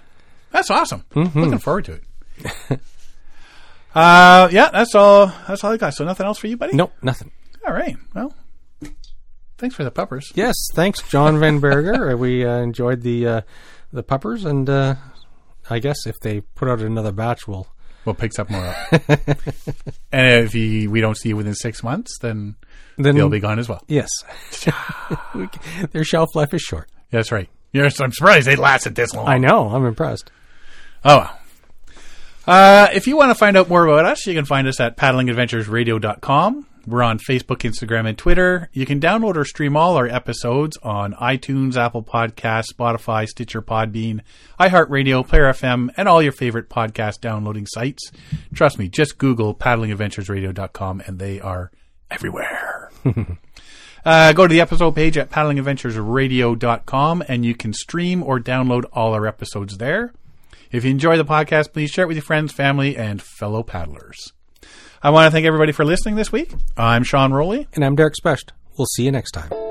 that's awesome.
Mm-hmm.
Looking forward to it. uh, yeah, that's all. That's all I got. So nothing else for you, buddy.
Nope, nothing.
All right. Well, thanks for the peppers.
Yes, thanks, John Van Berger. we uh, enjoyed the uh, the puppers, and uh, I guess if they put out another batch, we'll.
Well, picks up more up. and if he, we don't see you within six months, then
Then
they'll be gone as well.
Yes, We c- their shelf life is short.
That's right. Yes, I'm surprised they lasted this long.
I know. I'm impressed.
Oh, well. Uh, if you want to find out more about us, you can find us at paddlingadventuresradio.com. We're on Facebook, Instagram, and Twitter. You can download or stream all our episodes on iTunes, Apple Podcasts, Spotify, Stitcher, Podbean, iHeartRadio, Player FM, and all your favorite podcast downloading sites. Trust me, just Google paddlingadventuresradio.com and they are everywhere. Uh, go to the episode page at paddlingadventuresradio.com and you can stream or download all our episodes there. If you enjoy the podcast, please share it with your friends, family, and fellow paddlers. I want to thank everybody for listening this week. I'm Sean Rowley.
And I'm Derek Specht. We'll see you next time.